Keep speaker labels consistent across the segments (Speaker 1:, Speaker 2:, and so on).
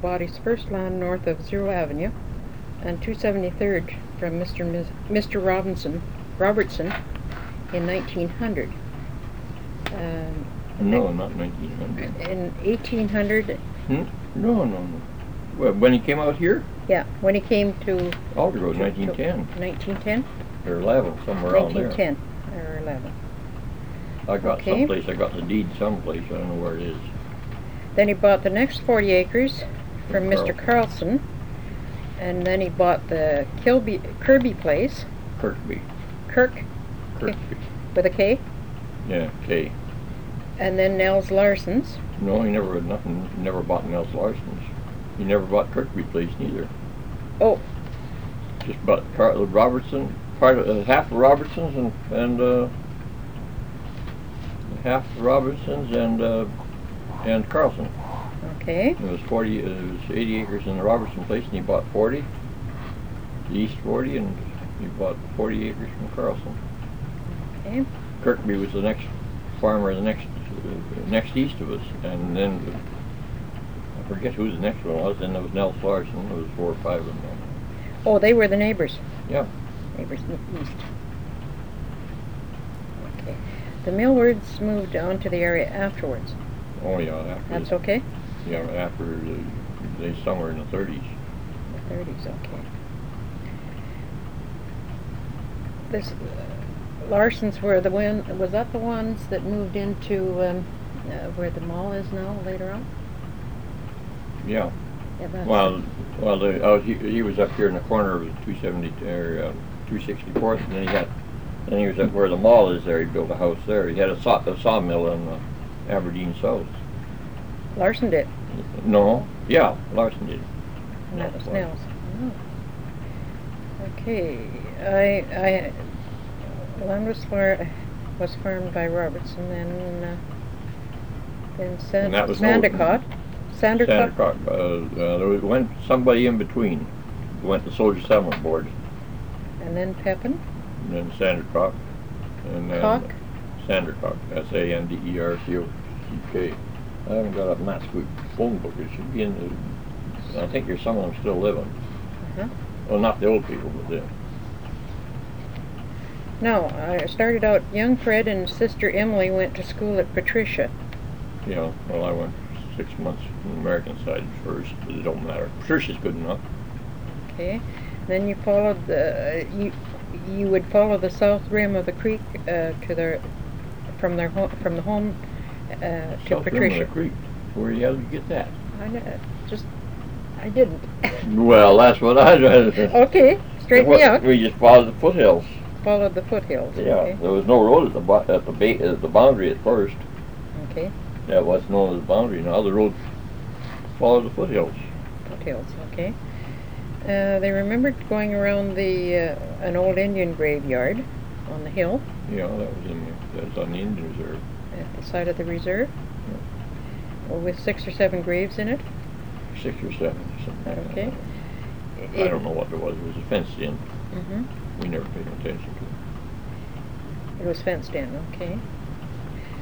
Speaker 1: body's first line north of Zero Avenue and 273rd from Mr. and Ms- Mr. Robinson, Robertson in 1900. Um,
Speaker 2: No, not 1900.
Speaker 1: In 1800,
Speaker 2: Hmm? No, no, no. Well, when he came out here,
Speaker 1: yeah, when he came to...
Speaker 2: Alder Road,
Speaker 1: to- to-
Speaker 2: 1910,
Speaker 1: 1910?
Speaker 2: or 11, somewhere around there.
Speaker 1: 1910 or 11.
Speaker 2: I got
Speaker 1: Okay.
Speaker 2: someplace, I got the deed someplace, I don't know where it is.
Speaker 1: Then he bought the next 40 acres from
Speaker 2: From
Speaker 1: Mr. Carlson. And then he bought the Kilby, Kirby Place,
Speaker 2: Kirkby,
Speaker 1: Kirk
Speaker 2: Kirkby.
Speaker 1: with a K,
Speaker 2: Yeah, K.
Speaker 1: and then Nels Larson's.
Speaker 2: No, he never had nothing, he never bought Nels Larson's. He never bought Kirkby Place neither.
Speaker 1: Oh,
Speaker 2: Just bought part of Robertson, part of, uh, half of Robertson's and, and, uh, half of Robertson's and, uh, and Carlson.
Speaker 1: okay,
Speaker 2: It was forty, it was eighty acres in the Robertson place, and he bought forty, the east forty, and he bought forty acres from Carlson.
Speaker 1: okay,
Speaker 2: Kirkby was the next farmer, the next, uh, next east of us, and then, I forget who the next one was, and it was Nels Larson, there was four or five of them.
Speaker 1: Oh, they were the neighbors.
Speaker 2: Yeah.
Speaker 1: Neighbors in the east. Okay. The Millwards moved on to the area afterwards.
Speaker 2: Oh, yeah, after.
Speaker 1: That's okay?
Speaker 2: Yeah, after, the- they, somewhere in the thirties.
Speaker 1: The thirties, okay. This, uh, Larson's were the one, was that the ones that moved into, um, uh, where the mall is now later on?
Speaker 2: Yeah,
Speaker 1: Yeah, that's-
Speaker 2: well, well, the, oh, he, he was up here in the corner of two seventy, or, uh, two sixty-fourth, and then he had, then he was at where the mall is there, he built a house there, he had a saw, a sawmill in uh, Aberdeen South.
Speaker 1: Larson did,
Speaker 2: No, yeah, Larson did.
Speaker 1: and that was
Speaker 2: Larson.
Speaker 1: Nels. Oh. Okay, I, I, land was far, was farmed by Robertson and, uh, then San-
Speaker 2: And that was no-
Speaker 1: Sandercott. Sandercott,
Speaker 2: Sandercock, uh, uh, there was, went somebody in between, went to Soldier Settlement Board,
Speaker 1: and then Pepin,
Speaker 2: and then Sandercock, and then. uh,
Speaker 1: Cock,
Speaker 2: Sandercock, S-A-N-D-E-R-C-O-C-K. E I haven't got a mass book, phone book, it should be in the, I think there's some of them still living.
Speaker 1: Uh-huh.
Speaker 2: Well, not the old people, but the,
Speaker 1: No, I started out, young Fred and sister Emily went to school at Patricia.
Speaker 2: you know, well, I went six months from the American side first, but it don't matter. Patricia's good enough.
Speaker 1: Okay, then you followed the you you would follow the south rim of the creek uh, to their from their home from the home uh, to
Speaker 2: South Rim of the
Speaker 1: Patricia.
Speaker 2: Creek. Where the hell did you get that?
Speaker 1: I kn- just I didn't.
Speaker 2: Well, that's what I did.
Speaker 1: okay, Oh, straight me out.
Speaker 2: We just followed the foothills.
Speaker 1: Followed the foothills.
Speaker 2: Yeah,
Speaker 1: Okay.
Speaker 2: there was no road at the, bo- at the ba- at the boundary at first.
Speaker 1: Okay.
Speaker 2: That was known as the boundary. Now the road followed the foothills.
Speaker 1: Foothills. Okay. Uh, they remembered going around the uh, an old Indian graveyard on the hill.
Speaker 2: Yeah, that was in, the- that's on the Indian Reserve.
Speaker 1: at the side of the reserve with six or seven graves in it.
Speaker 2: Six or seven, or something like that.
Speaker 1: Okay.
Speaker 2: I don't know what it was, it was a fenced in,
Speaker 1: hmm
Speaker 2: we never paid attention to it.
Speaker 1: It was fenced in, okay.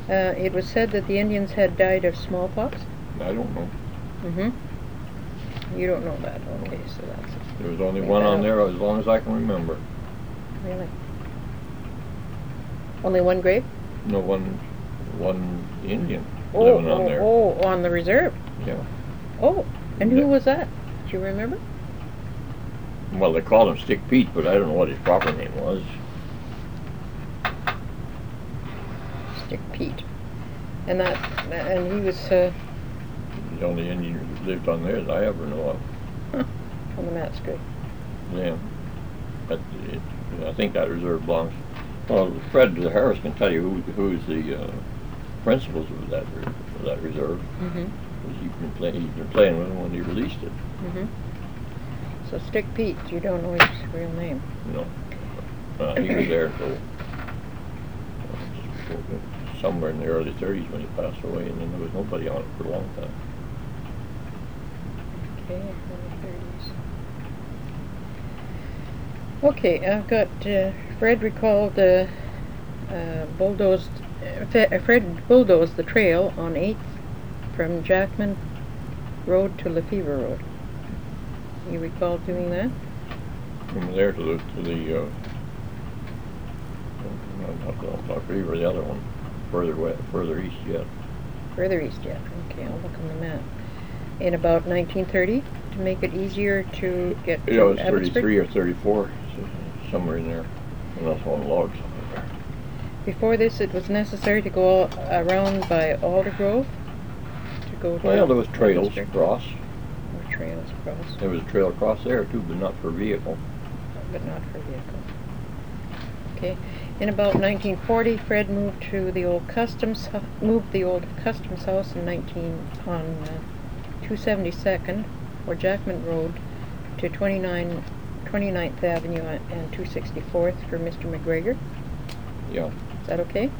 Speaker 1: Uh, it was said that the Indians had died of smallpox.
Speaker 2: I don't know,
Speaker 1: hmm You don't know that, okay, so that's
Speaker 2: there was only
Speaker 1: Yeah.
Speaker 2: one on there as long as I can remember.
Speaker 1: really. Only one grave?
Speaker 2: No, one, one Indian
Speaker 1: Oh,
Speaker 2: living on
Speaker 1: oh,
Speaker 2: there.
Speaker 1: oh, on the reserve.
Speaker 2: Yeah,
Speaker 1: Oh, and
Speaker 2: Yeah.
Speaker 1: who was that? Do you remember?
Speaker 2: well, they called him Stick Pete, but I don't know what his proper name was.
Speaker 1: Stick Pete. And that, and he was uh,
Speaker 2: The only Indian who lived on there that I ever know of,
Speaker 1: on the map's good.
Speaker 2: yeah. But it, I think that reserve belongs, well, Fred Harris can tell you who, who's the, uh, principals of that, re- of that reserve.
Speaker 1: Mm-hmm.
Speaker 2: Because he'd been, play, he'd been playing with him when he released it.
Speaker 1: hmm So Stick Pete, you don't know his real name.
Speaker 2: You know, uh, he was there until uh, just before the- somewhere in the early 30s when he passed away, and then there was nobody on it for a long time.
Speaker 1: Okay, early thirties. Okay, I've got, uh, Fred recalled, uh, uh, bulldozed, uh, Fe- uh, Fred bulldozed the trail on Eighth from Jackman Road to Lefevre Road. You recall doing that?
Speaker 2: From there to the, to the, uh, not, not, not, not Beaver, the other one, further west, further east yet.
Speaker 1: Further east yet, okay, I'll look on the map. In about nineteen thirty, to make it easier to get
Speaker 2: You
Speaker 1: to
Speaker 2: know, it's thirty-three
Speaker 1: Abbotsford?
Speaker 2: or thirty-four, so- somewhere in there, and that's on logs somewhere
Speaker 1: Before this, it was necessary to go all- around by Alder Grove to go
Speaker 2: there.
Speaker 1: to.
Speaker 2: Well, there was trails
Speaker 1: Abbotsford?
Speaker 2: across,
Speaker 1: There were Trails across,
Speaker 2: there was a trail across there too, but not for vehicle.
Speaker 1: but not for vehicle. Okay, in about nineteen forty, Fred moved to the old customs, hu- moved the old customs house in nineteen, on uh, two seventy-second, or Jackman Road, to 29 29th Avenue and two sixty-fourth for Mr. McGregor.
Speaker 2: Yeah,
Speaker 1: Is that okay?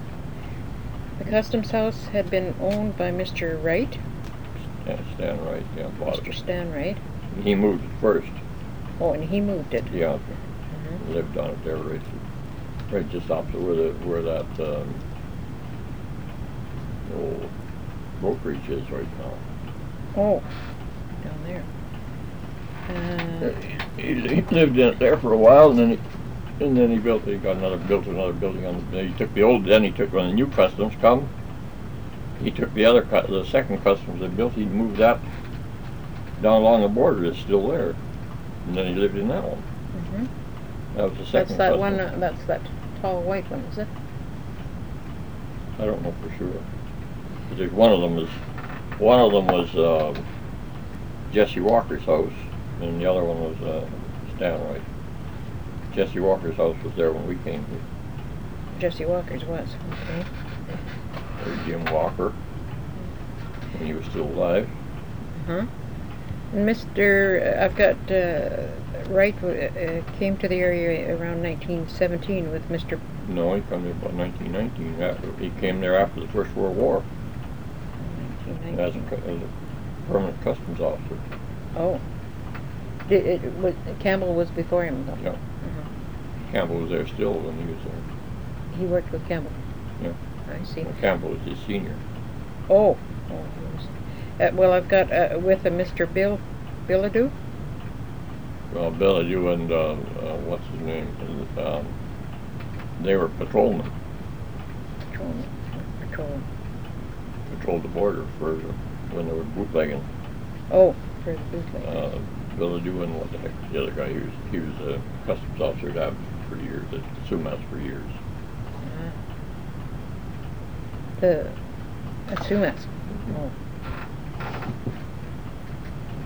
Speaker 1: The customs house had been owned by Mr. Wright,
Speaker 2: Stan Stan Wright, yeah, bought
Speaker 1: Mr.
Speaker 2: it.
Speaker 1: Stan Wright.
Speaker 2: He moved it first,
Speaker 1: Oh, and he moved it.
Speaker 2: yeah,
Speaker 1: Mhm.
Speaker 2: lived on it there, right, right just opposite where the, where that, um, old brokerage is right now.
Speaker 1: Oh, down there.
Speaker 2: He,
Speaker 1: Uh,
Speaker 2: he lived in it there for a while, and then he, and then he built. He got another built another building on. Then he took the old. Then he took when the new customs come. He took the other cu- the second customs they built. He moved that down along the border. It's still there, and then he lived in that one.
Speaker 1: mhm.
Speaker 2: That was the
Speaker 1: That's
Speaker 2: second.
Speaker 1: that
Speaker 2: custom.
Speaker 1: one, uh, that's that tall white one, is it?
Speaker 2: I don't know for sure. But there's one of them is one of them was uh, Jesse Walker's house, and the other one was uh, Stanway. Jesse Walker's house was there when we came here.
Speaker 1: Jesse Walker's was, okay.
Speaker 2: or Jim Walker, when he was still alive.
Speaker 1: Huh? And Mr., I've got, uh, Wright w- uh, came to the area around nineteen seventeen with Mr.,
Speaker 2: No, he come here about 1919. After, he came there after the First World War
Speaker 1: nineteen nineteen.
Speaker 2: as a, cu- as a permanent customs officer.
Speaker 1: Oh. Did, it, was, Campbell was before him though?
Speaker 2: Yeah.
Speaker 1: Uh-huh.
Speaker 2: Campbell was there still when he was there.
Speaker 1: He worked with Campbell?
Speaker 2: Yeah.
Speaker 1: I see.
Speaker 2: Well, Campbell was his senior.
Speaker 1: Oh. oh, he was- Uh, well, I've got, uh, with a Mr. Bill, Billadu?
Speaker 2: Well, Billy, you and uh, uh, what's his name? Um, they were patrolmen,
Speaker 1: Patrolman. Patrolman.
Speaker 2: patrolled the border for when they were bootlegging.
Speaker 1: Oh, for the bootleg.
Speaker 2: Uh, Billy, you and what the heck? The other guy, he was, he was a customs officer at Abbotsford for years, at Sumas for years.
Speaker 1: Uh, The, a Sumas. Oh.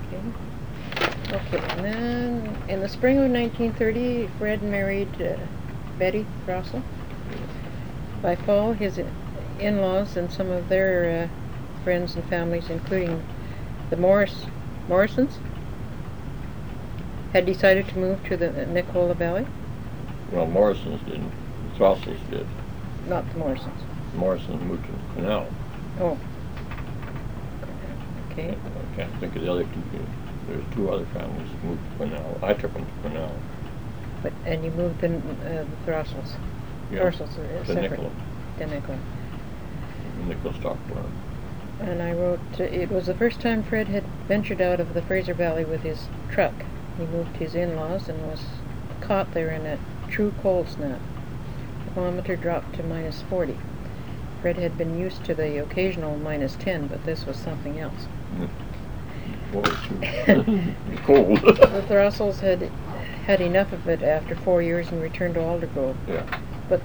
Speaker 1: Okay. Okay, and then, in the spring of nineteen thirty, Fred married uh, Betty Russell. By fall, his in-laws and some of their uh, friends and families, including the Morris, Morrisons, had decided to move to the Nicola Valley,
Speaker 2: Well, Morrison's didn't. The Fossils did.
Speaker 1: not the Morrisons.
Speaker 2: Morrison moved to the canal.
Speaker 1: Oh. Okay,
Speaker 2: I can't think of the other two. people. There's two other families that moved to canal. I took them to canal.
Speaker 1: but, and you moved the, uh, the throstles,
Speaker 2: Yeah,
Speaker 1: throstles are
Speaker 2: To
Speaker 1: separate.
Speaker 2: Nicola,
Speaker 1: the nickel.
Speaker 2: Nicola Stockburn.
Speaker 1: And I wrote, uh, it was the first time Fred had ventured out of the Fraser Valley with his truck. He moved his in-laws and was caught there in a true cold snap. The thermometer dropped to minus forty. Fred had been used to the occasional minus ten, but this was something else.
Speaker 2: Boy, it's cold.
Speaker 1: The Throstles had had enough of it after four years and returned to Aldergrove.
Speaker 2: Yeah.
Speaker 1: But,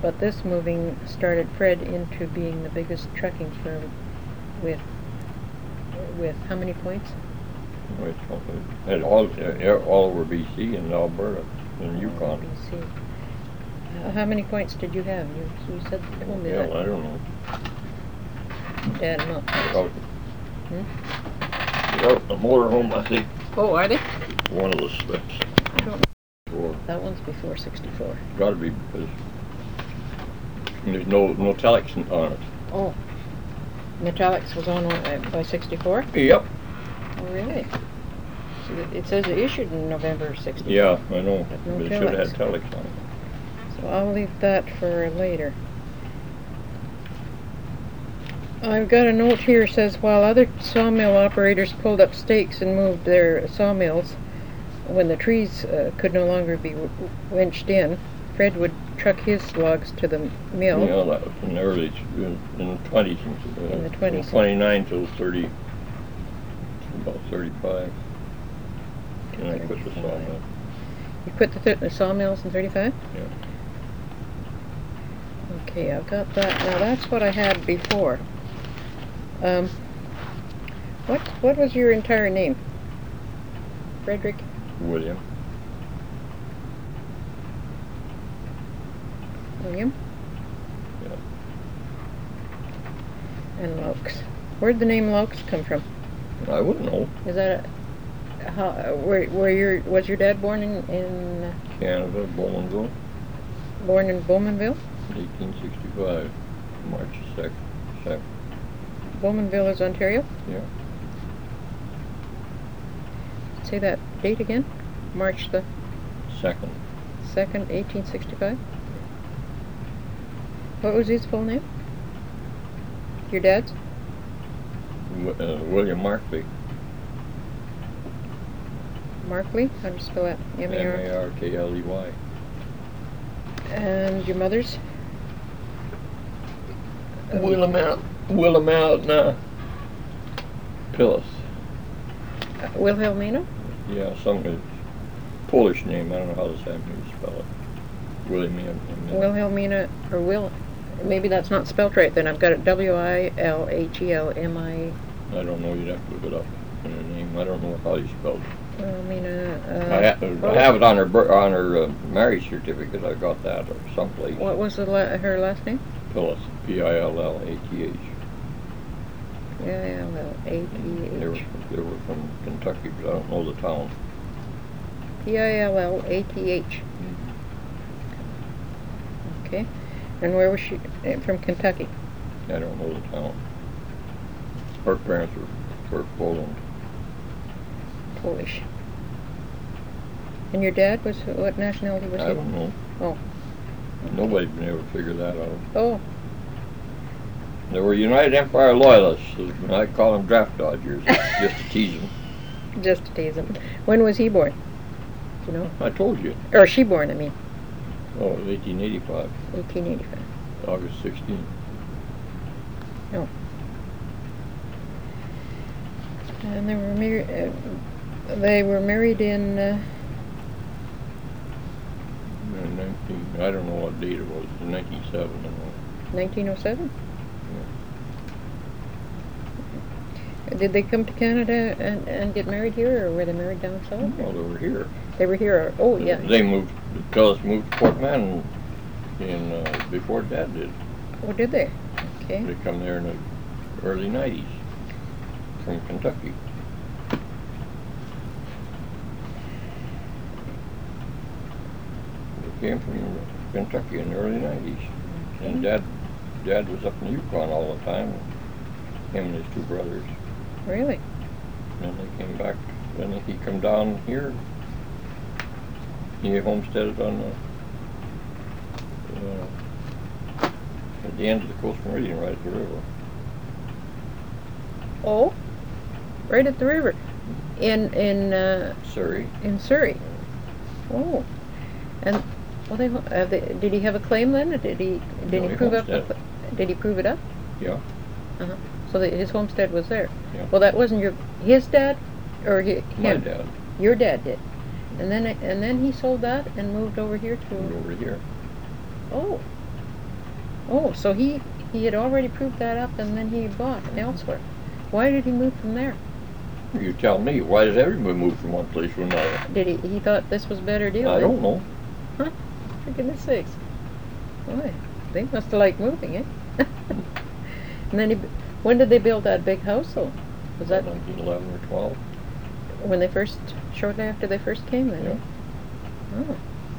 Speaker 1: but this moving started Fred into being the biggest trucking firm with, with how many points?
Speaker 2: Which one? And all, yeah, all over BC and Alberta and
Speaker 1: Let
Speaker 2: Yukon.
Speaker 1: me see. Uh, How many points did you have? You, you said, told me
Speaker 2: Hell, I
Speaker 1: that.
Speaker 2: don't know.
Speaker 1: Add 'em up.
Speaker 2: Without,
Speaker 1: Hmm?
Speaker 2: without the motorhome, I think
Speaker 1: Oh, are they?
Speaker 2: one of the slips.
Speaker 1: I don't,
Speaker 2: Or
Speaker 1: that one's before sixty-four.
Speaker 2: gotta be because there's no, no telex on it.
Speaker 1: Oh. Metallics was on uh, by sixty-four?
Speaker 2: Yep.
Speaker 1: Oh, really? So it- It says it issued in November of 64.
Speaker 2: Yeah, I know,
Speaker 1: But no
Speaker 2: but it should have had
Speaker 1: telex.
Speaker 2: telex on it.
Speaker 1: So I'll leave that for later. I've got a note here says while other sawmill operators pulled up stakes and moved their sawmills when the trees uh, could no longer be w- winched in, Fred would truck his logs to the
Speaker 2: You
Speaker 1: mill.
Speaker 2: know, that was in the early, in in the twenties. uh,
Speaker 1: In the 20s.
Speaker 2: Twenty-nine till thirty, about thirty-five. And I quit the sawmill.
Speaker 1: You quit the, th- the sawmills in 35?
Speaker 2: Yeah.
Speaker 1: Okay, I've got that. Now that's what I had before. Um, what what was your entire name? Frederick.
Speaker 2: William,
Speaker 1: William?
Speaker 2: Yeah.
Speaker 1: And Lokes. Where'd the name Lokes come from?
Speaker 2: I wouldn't know,
Speaker 1: Is that a, how, where, where your, was your dad born in, in,
Speaker 2: Canada, Bowmanville,
Speaker 1: born in Bowmanville?
Speaker 2: eighteen sixty-five, March sec, sec,
Speaker 1: Bowmanville is Ontario?
Speaker 2: yeah,
Speaker 1: Say that date again? March the
Speaker 2: second.
Speaker 1: second, eighteen sixty-five? What was his full name? Your dad's?
Speaker 2: Wi- uh, William Markley,
Speaker 1: Markley? How do you spell that?
Speaker 2: M A R K L E Y,
Speaker 1: And your mother's?
Speaker 2: E
Speaker 1: Um,
Speaker 2: Willamette, Willamette, uh, Pillis.
Speaker 1: uh, Wilhelmina?
Speaker 2: Mm-hmm. Yeah, some it's Polish name. I don't know how this happened to spell it. William. M- M-
Speaker 1: Wilhelmina, or Will, maybe that's not spelt right then, I've got it E W-I-L-H-E-L-M-I,
Speaker 2: I don't know. You'd have to look it up. In her name. I don't know how you spelled it. I,
Speaker 1: Wilhelmina,
Speaker 2: ha-
Speaker 1: uh.
Speaker 2: I have it on her bir- on her uh, marriage certificate. I got that or someplace.
Speaker 1: What was the la, her last name?
Speaker 2: Pillis. P I L L A T H. They were
Speaker 1: P-I-L-L-A-T-H,
Speaker 2: they were from Kentucky, but I don't know the town.
Speaker 1: P-I-L-L-A-T-H, Mm-hmm. okay, and where was she, eh, from Kentucky?
Speaker 2: I don't know the town. Her parents were were Poland.
Speaker 1: Polish. And your dad was, what nationality was he?
Speaker 2: I don't know.
Speaker 1: Oh.
Speaker 2: Nobody can ever figure that out.
Speaker 1: Oh,
Speaker 2: They were United Empire loyalists. I call them draft dodgers, just to tease them.
Speaker 1: just to tease him, when was he born? Do You know,
Speaker 2: I told you.
Speaker 1: or she born, I mean,
Speaker 2: Oh, it was 1885,
Speaker 1: eighteen eighty-five,
Speaker 2: August 16th.
Speaker 1: and they were married, uh, they were married in, uh,
Speaker 2: And 19, I don't know what date it was. 1907. I don't know.
Speaker 1: 1907? Did they come to Canada and, and get married here, or were they married down south?
Speaker 2: Well, they were here.
Speaker 1: They were here, or- oh,
Speaker 2: They-
Speaker 1: yeah.
Speaker 2: They moved. Tellus moved to Fort Mann, in uh, before Dad did.
Speaker 1: Oh, did they? Okay.
Speaker 2: They come there in the early 90s from Kentucky. They came from Kentucky in the early 90s. And Dad, Dad was up in Yukon all the time, him and his two brothers.
Speaker 1: Really?
Speaker 2: Then they came back, then he come down here. He homesteaded on the, uh, at the end of the Coast Meridian, right at the river.
Speaker 1: Oh, right at the river, in, in, uh,
Speaker 2: Surrey.
Speaker 1: in Surrey. Oh, and, well, they, ho- uh, they, did he have a claim then, or did he, did
Speaker 2: No,
Speaker 1: he
Speaker 2: he
Speaker 1: prove up? the
Speaker 2: homesteaded.
Speaker 1: cl- Did he prove it up?
Speaker 2: Yeah.
Speaker 1: Uh-huh, so that his homestead was there?
Speaker 2: Yeah.
Speaker 1: Well, that wasn't your, his dad, or hi- him?
Speaker 2: My dad
Speaker 1: Your dad did. And then and then he sold that and moved over here
Speaker 2: moved
Speaker 1: to
Speaker 2: over here.
Speaker 1: oh. Oh, so he he had already proved that up and then he bought elsewhere. Why did he move from there?
Speaker 2: You tell me, why does everybody move from one place to another?
Speaker 1: Did he he thought this was a better deal?
Speaker 2: I
Speaker 1: eh?
Speaker 2: don't know.
Speaker 1: For goodness sakes. Boy, they must have liked moving, eh? and then he b- when did they build that big house though? Was that
Speaker 2: Nineteen eleven or twelve?
Speaker 1: when they first shortly after they first came then? eh?
Speaker 2: Yeah.
Speaker 1: Oh.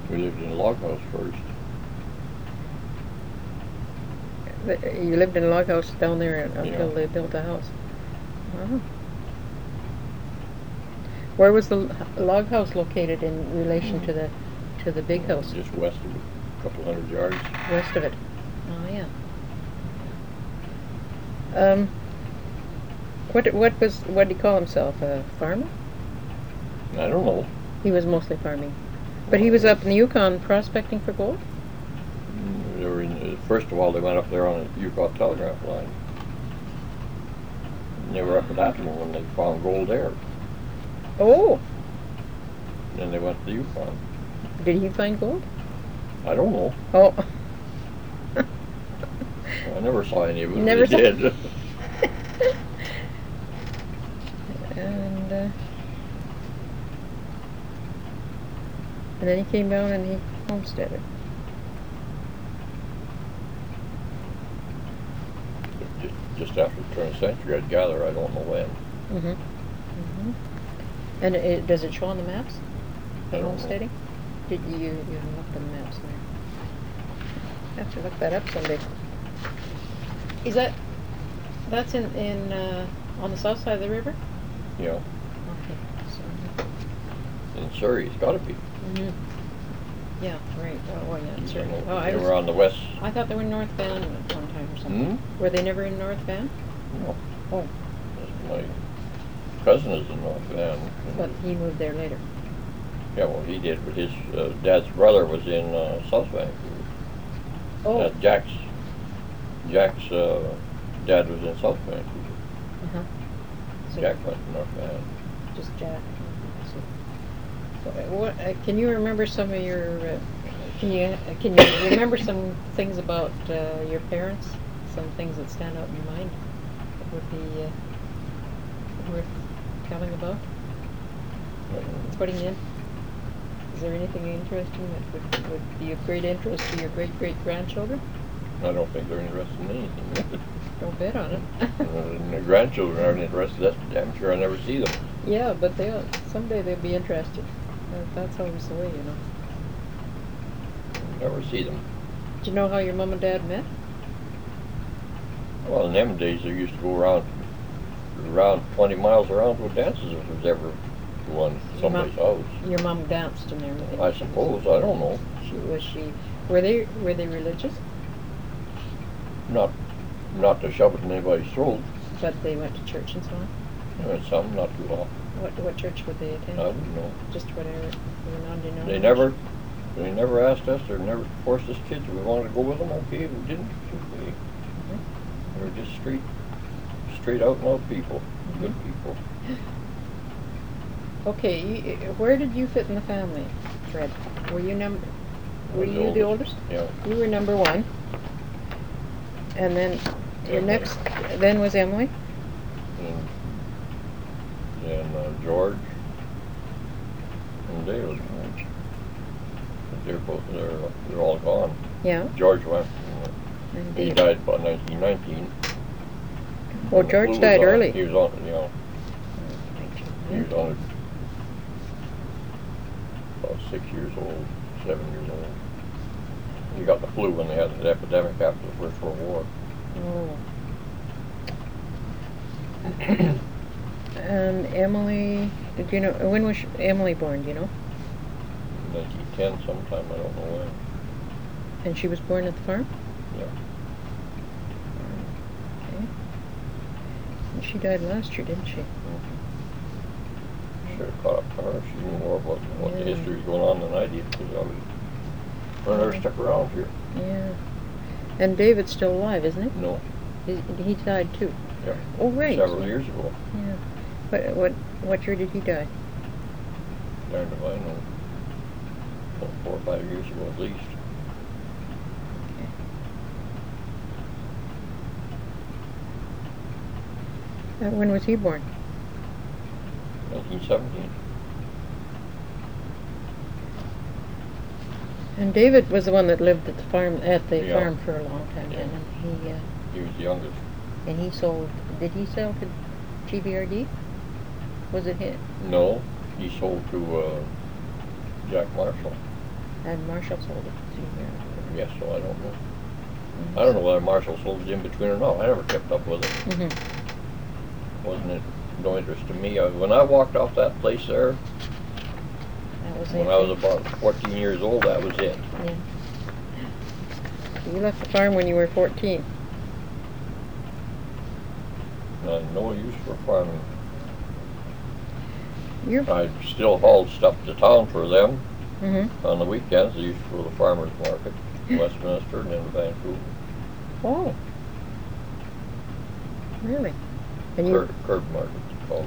Speaker 2: We lived in a log house first.
Speaker 1: Th- You lived in a log house down there un-
Speaker 2: Yeah.
Speaker 1: until they built a house. Wow. Where was the l- h- log house located in relation to the, to the big house,
Speaker 2: Just west of it, a couple hundred yards.
Speaker 1: west of it? Oh, yeah. Um, what, what was, what did he call himself, a farmer?
Speaker 2: I don't know.
Speaker 1: He was mostly farming. But he was up in the Yukon prospecting for gold?
Speaker 2: Mm, They were in, first of all, they went up there on the Yukon telegraph line. And they were up at Atomo when they found gold there.
Speaker 1: Oh,
Speaker 2: Then they went to the Yukon.
Speaker 1: did he find gold?
Speaker 2: I don't know.
Speaker 1: Oh.
Speaker 2: I never saw any of it. but
Speaker 1: Never
Speaker 2: they
Speaker 1: saw-
Speaker 2: did.
Speaker 1: And, uh, and then he came down and he homesteaded.
Speaker 2: Ju- Just after the turn of the century, I'd gather. I don't know when.
Speaker 1: Mm-hmm. Mm-hmm. And it, does it show on the maps?
Speaker 2: I
Speaker 1: The
Speaker 2: don't know.
Speaker 1: homesteading? Oh. Did you, you haven't looked on the maps there? Have to look that up someday. Is that, that's in, in, uh, on the south side of the river?
Speaker 2: You know,
Speaker 1: Okay, so,
Speaker 2: in Surrey, it's got to be.
Speaker 1: mhm. Yeah, right, oh, well, yeah,
Speaker 2: You
Speaker 1: sure.
Speaker 2: know,
Speaker 1: Oh, I
Speaker 2: they
Speaker 1: was-
Speaker 2: were on the west.
Speaker 1: I thought they were in North Van at one time or something.
Speaker 2: Hmm?
Speaker 1: Were they never in North Van?
Speaker 2: No,
Speaker 1: Oh,
Speaker 2: my cousin is in North Van. and-
Speaker 1: but he moved there later.
Speaker 2: Yeah, well, he did, but his uh, dad's brother was in uh, South Vancouver.
Speaker 1: Oh.
Speaker 2: Uh, Jack's Jack's uh, dad was in South Vancouver.
Speaker 1: Uh-huh. So-
Speaker 2: Jack went to North Van.
Speaker 1: Just Jack. So, uh, What, uh, can you remember some of your, uh, can you, uh, can you remember some things about uh, your parents? Some things that stand out in your mind that would be uh, worth telling about, putting in? Is there anything interesting that would, would be of great interest to your great-great-grandchildren?
Speaker 2: I don't think they're interested in anything.
Speaker 1: Don't bet on it.
Speaker 2: and the grandchildren aren't interested. That's for damn sure. I never see them.
Speaker 1: Yeah, but they'll, someday they'll be interested. That- That's always the way, you know.
Speaker 2: Never see them.
Speaker 1: Do you know how your mom and dad met?
Speaker 2: Well, in them days, they used to go around around 20 miles around with dances if there was ever one
Speaker 1: Your mom-
Speaker 2: someplace else.
Speaker 1: Your mom danced and everything.
Speaker 2: I suppose. I don't know.
Speaker 1: She was she. Were they were they religious?
Speaker 2: Not not to shove it in anybody's throat.
Speaker 1: But they went to church and so on.
Speaker 2: Uh, Some, not too often.
Speaker 1: What what church would they
Speaker 2: I
Speaker 1: attend?
Speaker 2: don't know.
Speaker 1: Just whatever were non-denominational.
Speaker 2: They never, they never asked us, they never forced us kids, if we wanted to go with them, okay, if we didn't, okay. They were just straight, straight out and out people, good
Speaker 1: Mm-hmm.
Speaker 2: people.
Speaker 1: Okay, you, uh, where did you fit in the family, Fred? Were you number?
Speaker 2: I
Speaker 1: Were
Speaker 2: was
Speaker 1: you the oldest?
Speaker 2: Yeah,
Speaker 1: You were number one. And then your
Speaker 2: Emily.
Speaker 1: next then was Emily.
Speaker 2: and, and uh, George and David. right? But They're both, they're, they're all gone.
Speaker 1: Yeah.
Speaker 2: George went, uh,
Speaker 1: and
Speaker 2: he
Speaker 1: Dave.
Speaker 2: died about nineteen nineteen.
Speaker 1: Oh, George died early.
Speaker 2: He was on, you know, he was on about six years old, seven years old. He got the flu when they had the epidemic after the First World War.
Speaker 1: Oh. And Um, Emily, did you know, when was she- Emily born, do you know?
Speaker 2: Nineteen ten sometime, I don't know when.
Speaker 1: And she was born at the farm?
Speaker 2: Yeah.
Speaker 1: Okay. And she died last year, didn't she?
Speaker 2: Should have caught up to her. She knew more about what the
Speaker 1: Yeah.
Speaker 2: history was going on than I did because I was I never stuck around here.
Speaker 1: Yeah. And David's still alive, isn't
Speaker 2: No.
Speaker 1: he? He, he died too.
Speaker 2: Yeah.
Speaker 1: Oh, right.
Speaker 2: Several years ago.
Speaker 1: Yeah. What, what, what year did he die?
Speaker 2: Darned if I know. About Four or five years ago at least.
Speaker 1: Uh, when was he born?
Speaker 2: Nineteen seventeen.
Speaker 1: And David was the one that lived at the farm, at the
Speaker 2: Yeah.
Speaker 1: farm for a long time,
Speaker 2: Yeah.
Speaker 1: and he, uh,
Speaker 2: He was the youngest.
Speaker 1: And he sold, did he sell to GBRD? Was it him
Speaker 2: No. He sold to uh, Jack Marshall.
Speaker 1: And Marshall sold it to
Speaker 2: Yes, so I don't know.
Speaker 1: GBRD.
Speaker 2: I don't know whether Marshall sold it in between or not. I never kept up with it.
Speaker 1: Mm-hmm,
Speaker 2: Wasn't it no interest to me. I, when I walked off that place there,
Speaker 1: that was it.
Speaker 2: when I was about fourteen years old, that was it.
Speaker 1: Yeah. You left the farm when you were fourteen.
Speaker 2: and Uh, no use for farming.
Speaker 1: You're,
Speaker 2: I still hauled stuff to town for them
Speaker 1: mhm.
Speaker 2: on the weekends, they used for the farmer's market, Westminster and then Vancouver.
Speaker 1: Oh. Really? And you,
Speaker 2: Curb, curb market, it's called.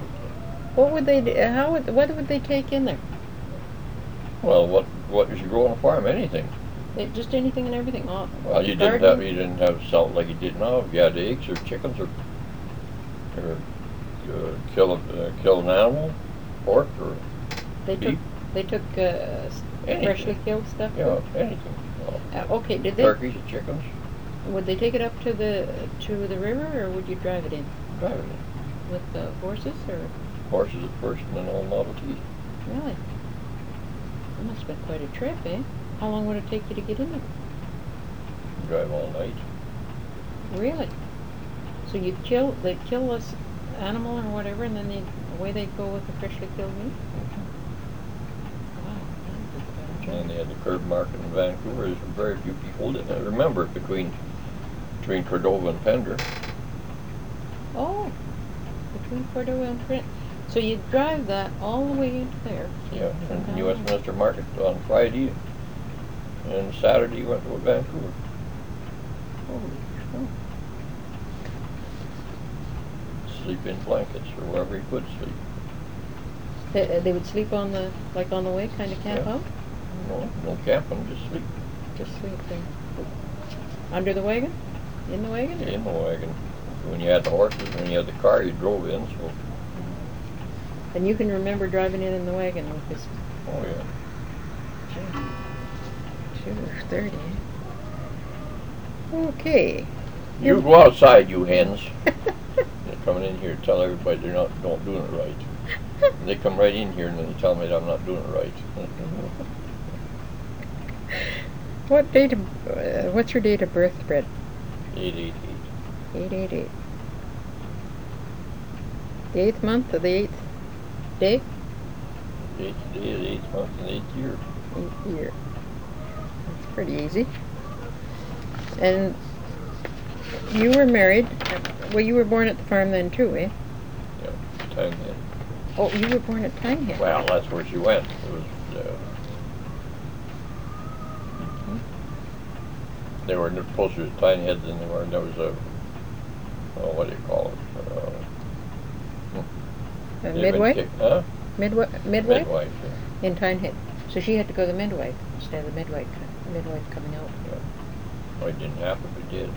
Speaker 1: what would they, d- how would, what would they take in there?
Speaker 2: Well, what, what is you grow on a farm? Anything.
Speaker 1: They- Just anything and everything, all?
Speaker 2: Well, you didn't have, you didn't have salt like you did now. If you had eggs or chickens or, or uh, kill, a, uh, kill an animal, pork or,
Speaker 1: They took,
Speaker 2: beef?
Speaker 1: they took uh, s-
Speaker 2: Anything.
Speaker 1: freshly killed stuff?
Speaker 2: you know, anything. Well,
Speaker 1: Uh, Okay, did they,
Speaker 2: Turkeys or chickens,
Speaker 1: would they take it up to the, to the river, or would you drive it in
Speaker 2: drive it in.
Speaker 1: with the horses, or,
Speaker 2: Horses at first and then all novelty.
Speaker 1: really? That must've been quite a trip, eh? How long would it take you to get in there?
Speaker 2: Drive all night.
Speaker 1: Really? So you'd kill, they'd kill this animal or whatever, and then they, away they go with the freshly killed meat? Wow. that is a bad
Speaker 2: And
Speaker 1: trip.
Speaker 2: they had the curb market in Vancouver. There's very few people that I remember it between, between Cordova and Pender.
Speaker 1: Oh, between Cordova and Prince. So you drive that all the way into there?
Speaker 2: Yeah,
Speaker 1: From
Speaker 2: and
Speaker 1: down
Speaker 2: US
Speaker 1: there.
Speaker 2: Minister Market on Friday, and Saturday went to Vancouver.
Speaker 1: Holy cow.
Speaker 2: Sleep in blankets or wherever he could sleep.
Speaker 1: They, uh, they would sleep on the, like on the way, kind of camp
Speaker 2: Yeah.
Speaker 1: out?
Speaker 2: No, no camping, just sleep
Speaker 1: Just sleep there. Under the wagon? In the wagon?
Speaker 2: in the wagon. When you had the horses, when you had the car, you drove in, so,
Speaker 1: And you can remember driving in in the wagon with this
Speaker 2: oh yeah.
Speaker 1: two thirty. Okay.
Speaker 2: You go outside, you hens. They're coming in here, tell everybody they're not, don't doing it right. And They come right in here and then they tell me that I'm not doing it right.
Speaker 1: What date, of- uh, what's your date of birth, Brett?
Speaker 2: Eight, eight, eight.
Speaker 1: Eight eight eight. The eighth month of the eighth day,
Speaker 2: Eighth day, of the eighth month, and eighth year.
Speaker 1: eighth year. That's pretty easy. And you were married, well, you were born at the farm then too, eh?
Speaker 2: Time then.
Speaker 1: Oh, you were born at Tyneham?
Speaker 2: Well, that's where she went. It was, uh,
Speaker 1: Mm-hmm.
Speaker 2: they were n- closer to Tiny Head than they were, and there was a, oh, what do you call it? Uh,
Speaker 1: Uh,
Speaker 2: they'd been
Speaker 1: Midwife,
Speaker 2: kick- Huh?
Speaker 1: midwife, midwife
Speaker 2: Midwife, yeah.
Speaker 1: in Tyneham. So she had to go the midwife instead of the midwife, midwife coming out.
Speaker 2: Well, it didn't happen, but it did.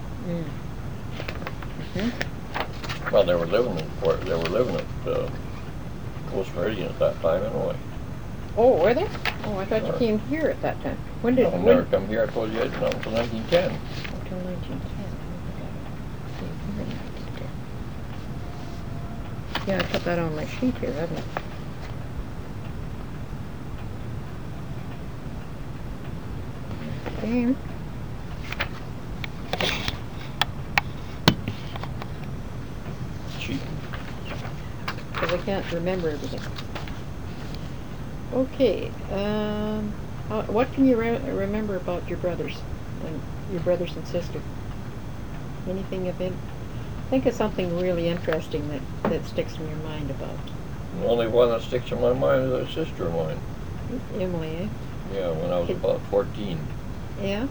Speaker 1: Mm.
Speaker 2: Well, they were living in, Fort- they were living at, uh, Coast Meridian at that time anyway.
Speaker 1: Oh, were they? Oh, I thought you
Speaker 2: Sure.
Speaker 1: came here at that time. When did,
Speaker 2: I've
Speaker 1: when-
Speaker 2: never come here, I told you, I didn't know until nineteen ten.
Speaker 1: Until 1910. Yeah, I put that on my sheet here, haven't I? Okay.
Speaker 2: Cheap.
Speaker 1: Because I can't remember everything. Okay, um, uh, what can you re- remember about your brothers and your brothers and sister? Anything of in- think of something really interesting that, that sticks in your mind about
Speaker 2: The only one that sticks in my mind is a sister of mine.
Speaker 1: Emily, eh?
Speaker 2: Yeah, when I was
Speaker 1: Did-
Speaker 2: about fourteen.
Speaker 1: Yeah?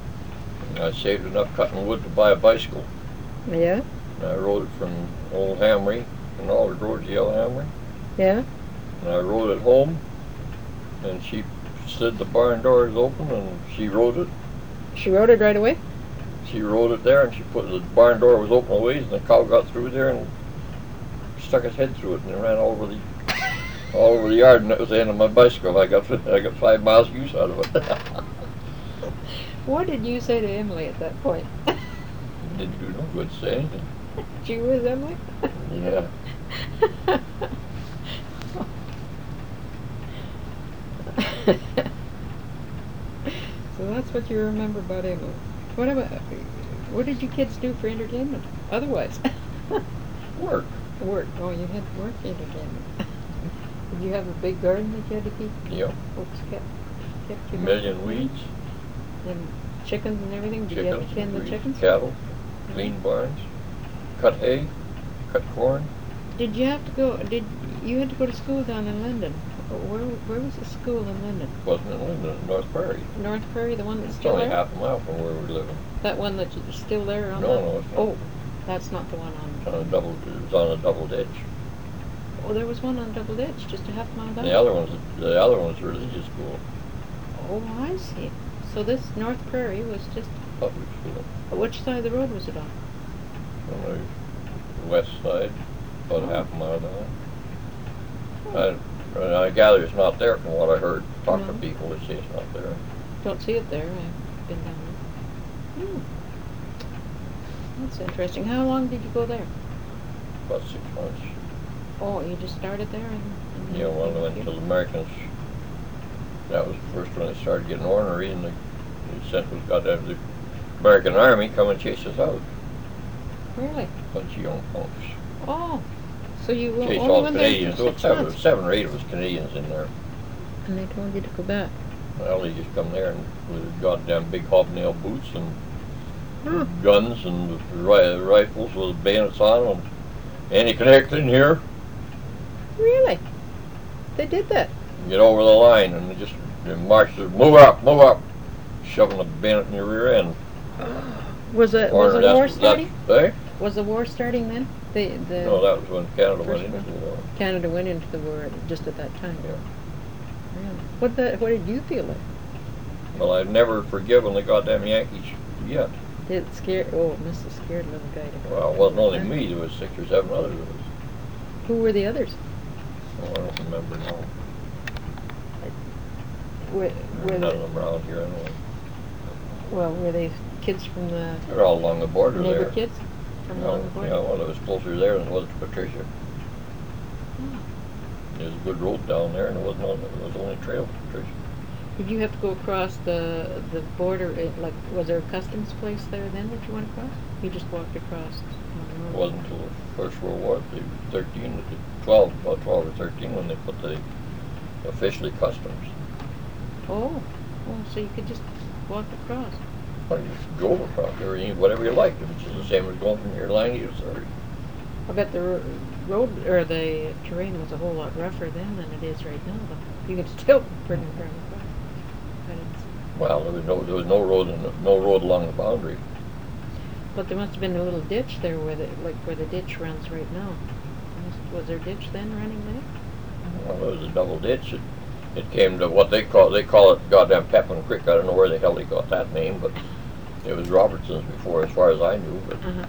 Speaker 2: And I saved enough cutting wood to buy a bicycle.
Speaker 1: Yeah?
Speaker 2: And I rode it from Old Hamry, and all the roads to Yellow Hamry.
Speaker 1: Yeah?
Speaker 2: And I rode it home, and she slid the barn doors open, and she rode it.
Speaker 1: She wrote it right away?
Speaker 2: She rode it there, and she put the barn door was open a ways, and the cow got through there and stuck its head through it, and it ran all over the all over the yard, and that was the end of my bicycle. I got I got five miles use out of it.
Speaker 1: What did you say to Emily at that point?
Speaker 2: Didn't do no good to say anything.
Speaker 1: she was Emily?
Speaker 2: Yeah.
Speaker 1: so that's what you remember about Emily. What about what did you kids do for entertainment? Otherwise,
Speaker 2: Work.
Speaker 1: work. Oh, you had work entertainment. did you have a big garden that you had to keep?
Speaker 2: Yep.
Speaker 1: Folks kept kept
Speaker 2: A
Speaker 1: you
Speaker 2: million weeds,
Speaker 1: and chickens and everything. Did you have
Speaker 2: chickens,
Speaker 1: to tend the
Speaker 2: breed
Speaker 1: chickens?
Speaker 2: cattle, clean barns, cut hay, cut corn.
Speaker 1: Did you have to go, did, you had to go to school down in London? Where, where was the school in London?
Speaker 2: Wasn't in Linden, North Prairie.
Speaker 1: North Prairie, the one that's
Speaker 2: It's
Speaker 1: still
Speaker 2: only
Speaker 1: there?
Speaker 2: half a mile from where we're living.
Speaker 1: That one that's still there on the?
Speaker 2: No, no, it's not.
Speaker 1: Oh, that's not the one
Speaker 2: It's
Speaker 1: on,
Speaker 2: on a double, it's on a double ditch.
Speaker 1: oh, there was one on Double Ditch, just a half mile down?
Speaker 2: The other one's, the other one's a religious school,
Speaker 1: Oh, I see. So this North Prairie was just,
Speaker 2: public school,
Speaker 1: which side of the road was it on?
Speaker 2: on the west side,
Speaker 1: Oh.
Speaker 2: about a half a mile down. I, and I gather it's not there from what I heard, talk to
Speaker 1: No.
Speaker 2: people, they say it's not there.
Speaker 1: Don't see it there, I've been down there. Hmm. That's interesting. How long did you go there?
Speaker 2: About six months.
Speaker 1: Oh, you just started there and? and
Speaker 2: Yeah, well, I
Speaker 1: then
Speaker 2: went to the Americans. That was the first when they started getting ornery and they, they sent those goddamn, the American army come and chase us out.
Speaker 1: Really?
Speaker 2: Bunch of young punks.
Speaker 1: Oh, so you were
Speaker 2: Chase
Speaker 1: only
Speaker 2: all
Speaker 1: went there
Speaker 2: Canadians. There
Speaker 1: for
Speaker 2: was
Speaker 1: six
Speaker 2: seven,
Speaker 1: months?
Speaker 2: seven or eight of us Canadians in there.
Speaker 1: And they told you to go back?
Speaker 2: Well, they just come there and with their goddamn big hobnail boots and
Speaker 1: Huh.
Speaker 2: guns and ri- rifles with bayonets on them. Any connecting here,
Speaker 1: Really? They did that?
Speaker 2: get over the line and they just they march. Their, move up, move up, shoving a bayonet in your rear end.
Speaker 1: Was it, was
Speaker 2: Warner,
Speaker 1: the
Speaker 2: that's-
Speaker 1: war
Speaker 2: that's-
Speaker 1: starting?
Speaker 2: eh?
Speaker 1: Was the war starting then? The,
Speaker 2: No,
Speaker 1: the,
Speaker 2: that was when Canada went
Speaker 1: First
Speaker 2: into uh, the war.
Speaker 1: Canada went into the war just at that time?
Speaker 2: Yeah.
Speaker 1: Really? What the, what did you feel like?
Speaker 2: Well, I've never forgiven the goddamn Yankees yet.
Speaker 1: Did it scare, oh, it must have scared little guy to go.
Speaker 2: Well, it wasn't only me, there was six or seven others of us.
Speaker 1: Who were the others?
Speaker 2: Oh, I don't remember now.
Speaker 1: Were, were
Speaker 2: None of
Speaker 1: the,
Speaker 2: them around here anyway.
Speaker 1: well, were they kids from the
Speaker 2: They're all along the border there.
Speaker 1: neighbor kids? From
Speaker 2: No,
Speaker 1: along the
Speaker 2: Yeah,
Speaker 1: border?
Speaker 2: well, it was closer there than it was to Patricia.
Speaker 1: Hmm.
Speaker 2: There's a good road down there and it wasn't on, it was only trail to Patricia.
Speaker 1: Did you have to go across the, the border, eh, like, was there a customs place there then that you went across? You just walked across on the
Speaker 2: It
Speaker 1: road?
Speaker 2: wasn't until the First World War, the thirteen, the twelve, about twelve or thirteen, when they put the officially customs.
Speaker 1: Oh, oh, so you could just walk across?
Speaker 2: Or you just drove across there, you- whatever you liked, if it's the same as going from your line to your third.
Speaker 1: I bet the ro- road, or the terrain was a whole lot rougher then than it is right now, though. You can still pretty much run across. But it's-
Speaker 2: Well, there was no, there was no road, in- no road along the boundary.
Speaker 1: But there must have been a little ditch there where the, like, where the ditch runs right now. Must- Was there a ditch then running there?
Speaker 2: Well, there was a double ditch. It, it came to what they call, they call it goddamn Pepin Creek. I don't know where the hell they got that name, but it was Robertson's before, as far as I knew, but
Speaker 1: Uh-huh,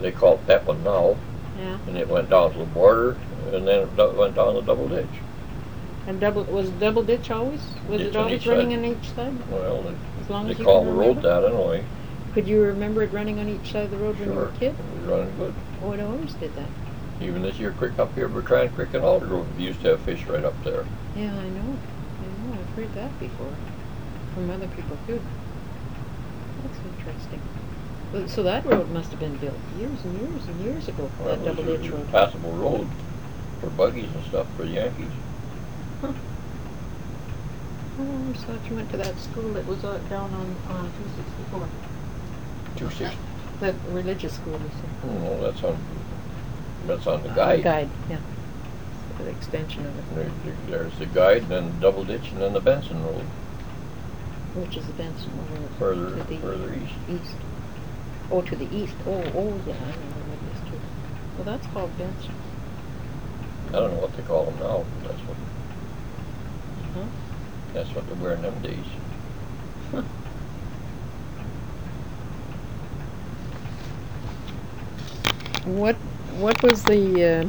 Speaker 2: they call it Pepin now,
Speaker 1: yeah.
Speaker 2: and it went down to the border, and then it do- went down the double ditch.
Speaker 1: And double, was double ditch always? Was
Speaker 2: Ditch
Speaker 1: it
Speaker 2: on
Speaker 1: always
Speaker 2: each side.
Speaker 1: running on each side?
Speaker 2: Well, they-
Speaker 1: As long
Speaker 2: they
Speaker 1: as you
Speaker 2: call
Speaker 1: can
Speaker 2: the road
Speaker 1: remember?
Speaker 2: that anyway.
Speaker 1: Could you remember it running on each side of the road when you were
Speaker 2: Sure,
Speaker 1: a
Speaker 2: it
Speaker 1: kid?
Speaker 2: was running good.
Speaker 1: Oh, it always did that.
Speaker 2: Even this year, creek up here, Bertrand Creek and Alder Grove, we used to have fish right up there.
Speaker 1: Yeah, I know. I know. I've heard that before from other people too. That's interesting. Well, So that road must have been built years and years and years ago.
Speaker 2: Well,
Speaker 1: that double
Speaker 2: it was
Speaker 1: ditch
Speaker 2: a
Speaker 1: road.
Speaker 2: passable road for buggies and stuff for the Yankees.
Speaker 1: Oh, I always thought you went to that school that was uh, down on on 264.
Speaker 2: Two six,
Speaker 1: The religious school, you said.
Speaker 2: no, Hmm, that's on, that's on the
Speaker 1: Uh,
Speaker 2: guide.
Speaker 1: Guide, yeah. It's an extension of it,
Speaker 2: There- there- There's the guide, then the double ditch, and then the Benson Road,
Speaker 1: which is the Benson Road.
Speaker 2: further,
Speaker 1: to the
Speaker 2: further east.
Speaker 1: East. Oh, to the east. Oh, oh, yeah, I remember what it is too. Well, that's called Benson.
Speaker 2: I don't know what they call them now, but that's what,
Speaker 1: Huh?
Speaker 2: that's what they're wearing them days.
Speaker 1: What what was the uh,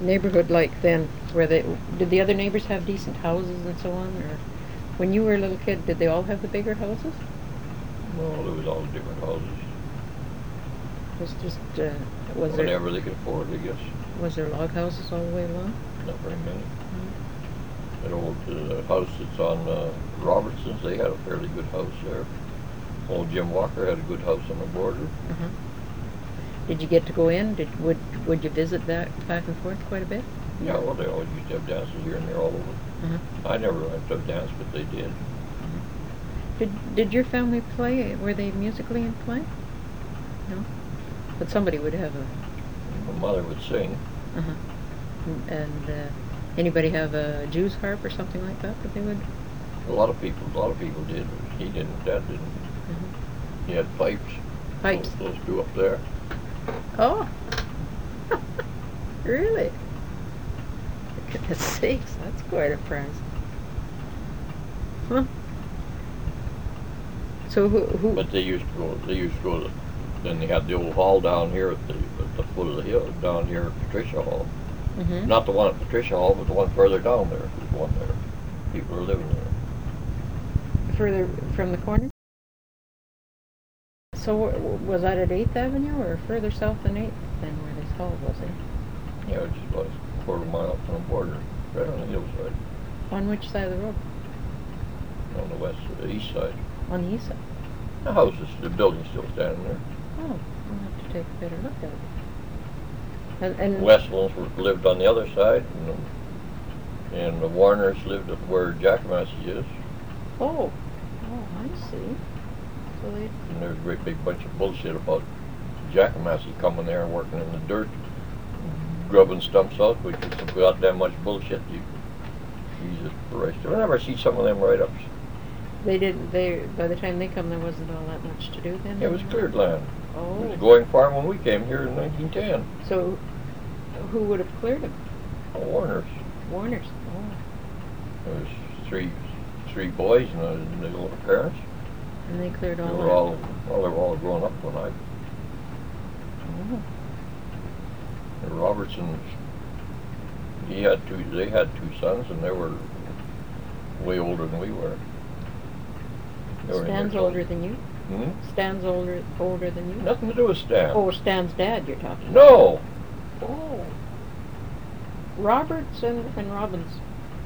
Speaker 1: neighborhood like then? Where they did the other neighbors have decent houses and so on, or when you were a little kid, did they all have the bigger houses?
Speaker 2: Well, it was all different houses,
Speaker 1: It was just uh, was there
Speaker 2: whatever they could afford, I guess,
Speaker 1: was there log houses all the way along?
Speaker 2: not very many. That old, uh, house that's on, uh, Robertson's, they had a fairly good house there. Old Jim Walker had a good house on the border.
Speaker 1: Uh-huh. Did you get to go in? Did would would you visit that back and forth quite a bit?
Speaker 2: Yeah, well, they always used to have dances here and there all over.
Speaker 1: Uh-huh.
Speaker 2: I never went to a dance, but they did.
Speaker 1: Did did your family play? Were they musically inclined? No, but somebody would have a
Speaker 2: my mother would sing.
Speaker 1: Uh-huh. And- And, uh, anybody have a Jew's harp or something like that that they would?
Speaker 2: A lot of people, a lot of people did. He didn't, Dad didn't.
Speaker 1: Mhm.
Speaker 2: He had pipes.
Speaker 1: Pipes?
Speaker 2: Those those two up there.
Speaker 1: Oh. Really? Goodness sakes, that's quite a prize. Huh? So who, who?
Speaker 2: But they used to go, they used to go to, then they had the old hall down here at the, at the foot of the hill, down here at Patricia Hall.
Speaker 1: Mhm.
Speaker 2: Not the one at Patricia Hall, but the one further down there, there's one there. People are living there.
Speaker 1: Further from the corner? So wa- wa- was that at Eighth Avenue or further south than Eighth than where this hall was eh? in?
Speaker 2: You know, just about a quarter mile from the border, right on the hillside,
Speaker 1: On which side of the road?
Speaker 2: on the west, the east side.
Speaker 1: On the east side?
Speaker 2: The houses, the building's still standing there.
Speaker 1: Oh, I'll have to take a better look at it. And, and.
Speaker 2: Westlands were- lived on the other side, and the, and the Warners lived at where Jacomassi is.
Speaker 1: Oh, oh, I see. So they,
Speaker 2: And there's a great big bunch of bullshit about Jacomassi coming there and working in the dirt, grubbing stumps out, which is about that much bullshit. You, Jesus Christ. Whenever I see some of them write-ups,
Speaker 1: they didn't, they, by the time they come, there wasn't all that much to do then?
Speaker 2: it was
Speaker 1: anymore?
Speaker 2: cleared land. It was a
Speaker 1: Oh,
Speaker 2: going farm when we came here in 1910,
Speaker 1: so who would have cleared them?
Speaker 2: the Warners.
Speaker 1: Warners? Oh,
Speaker 2: There was three, three boys and a, and their little parents.
Speaker 1: and they cleared
Speaker 2: They
Speaker 1: all
Speaker 2: were
Speaker 1: that?
Speaker 2: all, well, they were all grown up when I
Speaker 1: Oh,
Speaker 2: Robertson, he had two, they had two sons, and they were way older than we were. They were in their
Speaker 1: Stan's
Speaker 2: twenties.
Speaker 1: older than you?
Speaker 2: Hmm?
Speaker 1: Stan's older, older than you?
Speaker 2: Nothing to do with Stan.
Speaker 1: Oh, Stan's dad you're talking about?
Speaker 2: No,
Speaker 1: Oh. Robertson and Robbins.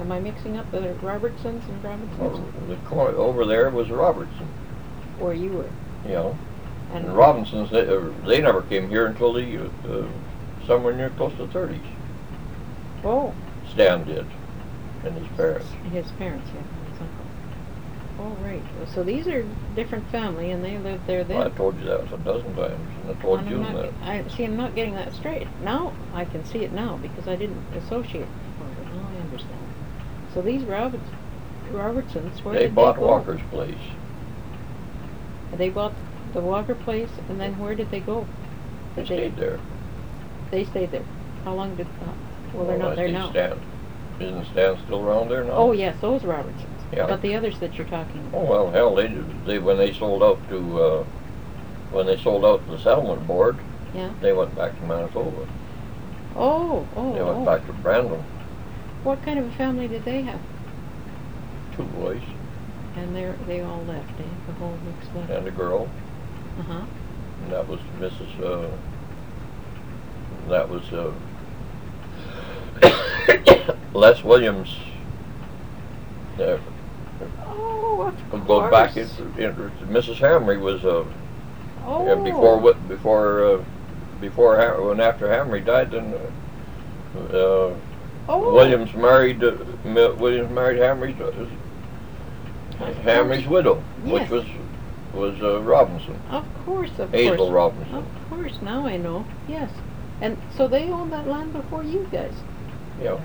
Speaker 1: Am I mixing up the Robertsons and Robinsons?
Speaker 2: the cor- over there was Robertson,
Speaker 1: Or you were?
Speaker 2: you know, Oh. and Robinsons, they, uh, they never came here until the, uh, somewhere near close to thirties.
Speaker 1: Oh.
Speaker 2: Stan did, and his parents.
Speaker 1: His parents, yeah, his uncle. Oh, right, Well, so these are different family and they live there then.
Speaker 2: I told you that a dozen times, and I told
Speaker 1: And I'm
Speaker 2: you
Speaker 1: not
Speaker 2: that.
Speaker 1: get- I, see, I'm not getting that straight. Now, I can see it now because I didn't associate before, but now I understand. So these Roberts, Robertsons, where
Speaker 2: They
Speaker 1: did
Speaker 2: bought
Speaker 1: they go?
Speaker 2: Walker's place.
Speaker 1: They bought the Walker place and then where did they go?
Speaker 2: They
Speaker 1: Did
Speaker 2: stayed there.
Speaker 1: They stayed there. How long did, uh, well, they're
Speaker 2: Well,
Speaker 1: not
Speaker 2: Oh, I
Speaker 1: there
Speaker 2: see
Speaker 1: now.
Speaker 2: Stan. Isn't Stan still around there now?
Speaker 1: Oh, yes, those Robertsons.
Speaker 2: Yeah.
Speaker 1: But the others that you're talking about.
Speaker 2: Oh, well, hell, they, did- they, when they sold out to, uh, when they sold out to the settlement board,
Speaker 1: Yeah?
Speaker 2: they went back to Manitoba.
Speaker 1: Oh, oh,
Speaker 2: They went
Speaker 1: oh.
Speaker 2: back to Brandon,
Speaker 1: What kind of a family did they have?
Speaker 2: two boys
Speaker 1: And they are they all left, eh? The whole mix left.
Speaker 2: and a girl,
Speaker 1: Uh huh.
Speaker 2: and that was Mrs., uh, that was, uh, Les Williams. There,
Speaker 1: Oh, of course.
Speaker 2: go back into, into, Mrs. Hamry was, uh,
Speaker 1: Oh.
Speaker 2: And before what? Before uh, before Ham- when after Hamry died, then uh, uh,
Speaker 1: Oh.
Speaker 2: Williams married uh, Mi- Williams married Hamry's uh, Hamry's widow,
Speaker 1: Yes.
Speaker 2: which was was uh, Robinson,
Speaker 1: Of course, of
Speaker 2: Hazel
Speaker 1: course.
Speaker 2: Robinson.
Speaker 1: Of course, now I know. Yes. And so they owned that land before you guys.
Speaker 2: Yeah.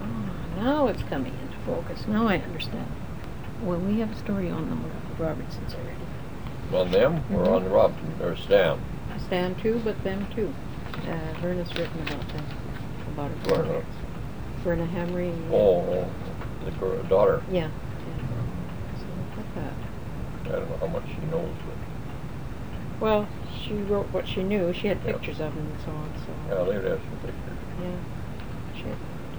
Speaker 1: Ah, now it's coming into focus. Now I understand. Well, we have a story on the Robertsons already.
Speaker 2: on them or
Speaker 1: Mm-hmm.
Speaker 2: on Robinson or Stan.
Speaker 1: Stan too, but them too. Uh, Verna's written about them. About it.
Speaker 2: Verna.
Speaker 1: Verna Hamry.
Speaker 2: Oh, the girl, daughter.
Speaker 1: Yeah. yeah. So look at that.
Speaker 2: I don't know how much she knows,
Speaker 1: Well, she wrote what she knew. She had
Speaker 2: Yeah.
Speaker 1: pictures of him and so on,
Speaker 2: but
Speaker 1: so.
Speaker 2: yeah, they'd have some pictures.
Speaker 1: Yeah. She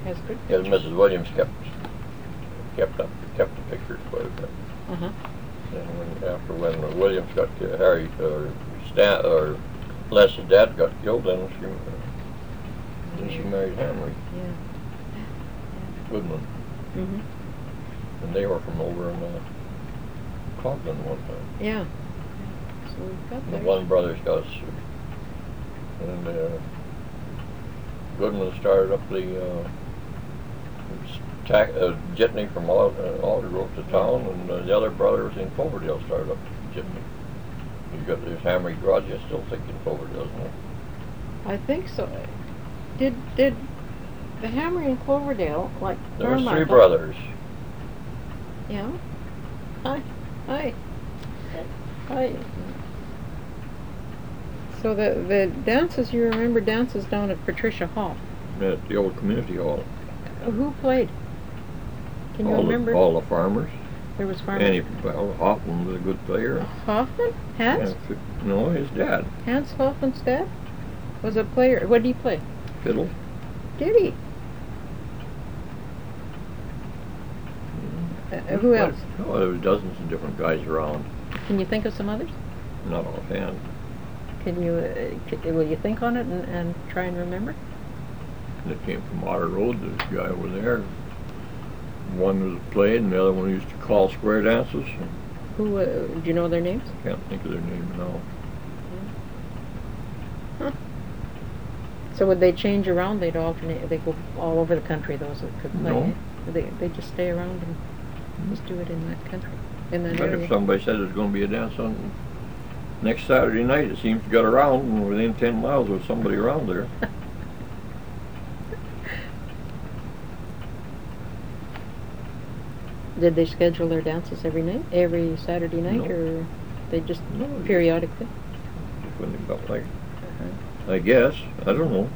Speaker 1: has good
Speaker 2: Because
Speaker 1: pictures.
Speaker 2: Mrs. Williams kept kept up kept the pictures quite a bit.
Speaker 1: Uh-huh.
Speaker 2: And when, after when Williams got ki- Harry or Stan or Les's dad got killed, then she then she married Henry
Speaker 1: Yeah.
Speaker 2: Goodman,
Speaker 1: Mm-hmm.
Speaker 2: and they were from over in uh, Cogden one time.
Speaker 1: Yeah. So we've got
Speaker 2: The
Speaker 1: there.
Speaker 2: one brother's got sick, and uh, Goodman started up the uh, s- tac uh, jitney from Al- uh, Alderbrook to town, and uh, the other brother was in Cloverdale started up the jitney. He's got his Hamry garage is still thick in Cloverdale, isn't it?
Speaker 1: I think so. Did, did the Hammer in Cloverdale, like
Speaker 2: There was three
Speaker 1: Carmichael-
Speaker 2: brothers.
Speaker 1: Yeah? Hi, hi. Hi. So the, the dances, you remember dances down at Patricia Hall?
Speaker 2: At the old community hall.
Speaker 1: Who played? Can you
Speaker 2: all
Speaker 1: remember?
Speaker 2: The, all the farmers.
Speaker 1: There was Farmer.
Speaker 2: Annie, well, Hoffman was a good player.
Speaker 1: Hoffman? Hans?
Speaker 2: And fi- No, his dad,
Speaker 1: Hans Hoffman's dad? Was a player. What did he play?
Speaker 2: fiddle.
Speaker 1: Did he? Uh, uh, who else?
Speaker 2: Oh, there was dozens of different guys around,
Speaker 1: Can you think of some others?
Speaker 2: not offhand.
Speaker 1: Can you, uh, c- will you think on it and, and try and remember?
Speaker 2: They came from Otter Road, this guy over there. One was played and the other one used to call square dances.
Speaker 1: Who, uh, do you know their names?
Speaker 2: Can't think of their name now.
Speaker 1: So would they change around? They'd alternate. They go all over the country. Those that could play.
Speaker 2: No.
Speaker 1: They they just stay around and just do it in that country, in that
Speaker 2: But
Speaker 1: area.
Speaker 2: if somebody said there's gonna be a dance on next Saturday night, it seems to get around and within ten miles there's somebody around there.
Speaker 1: Did they schedule their dances every night, every Saturday night,
Speaker 2: No.
Speaker 1: or they just
Speaker 2: No, they-
Speaker 1: periodically?
Speaker 2: When they felt like, I guess, I don't know.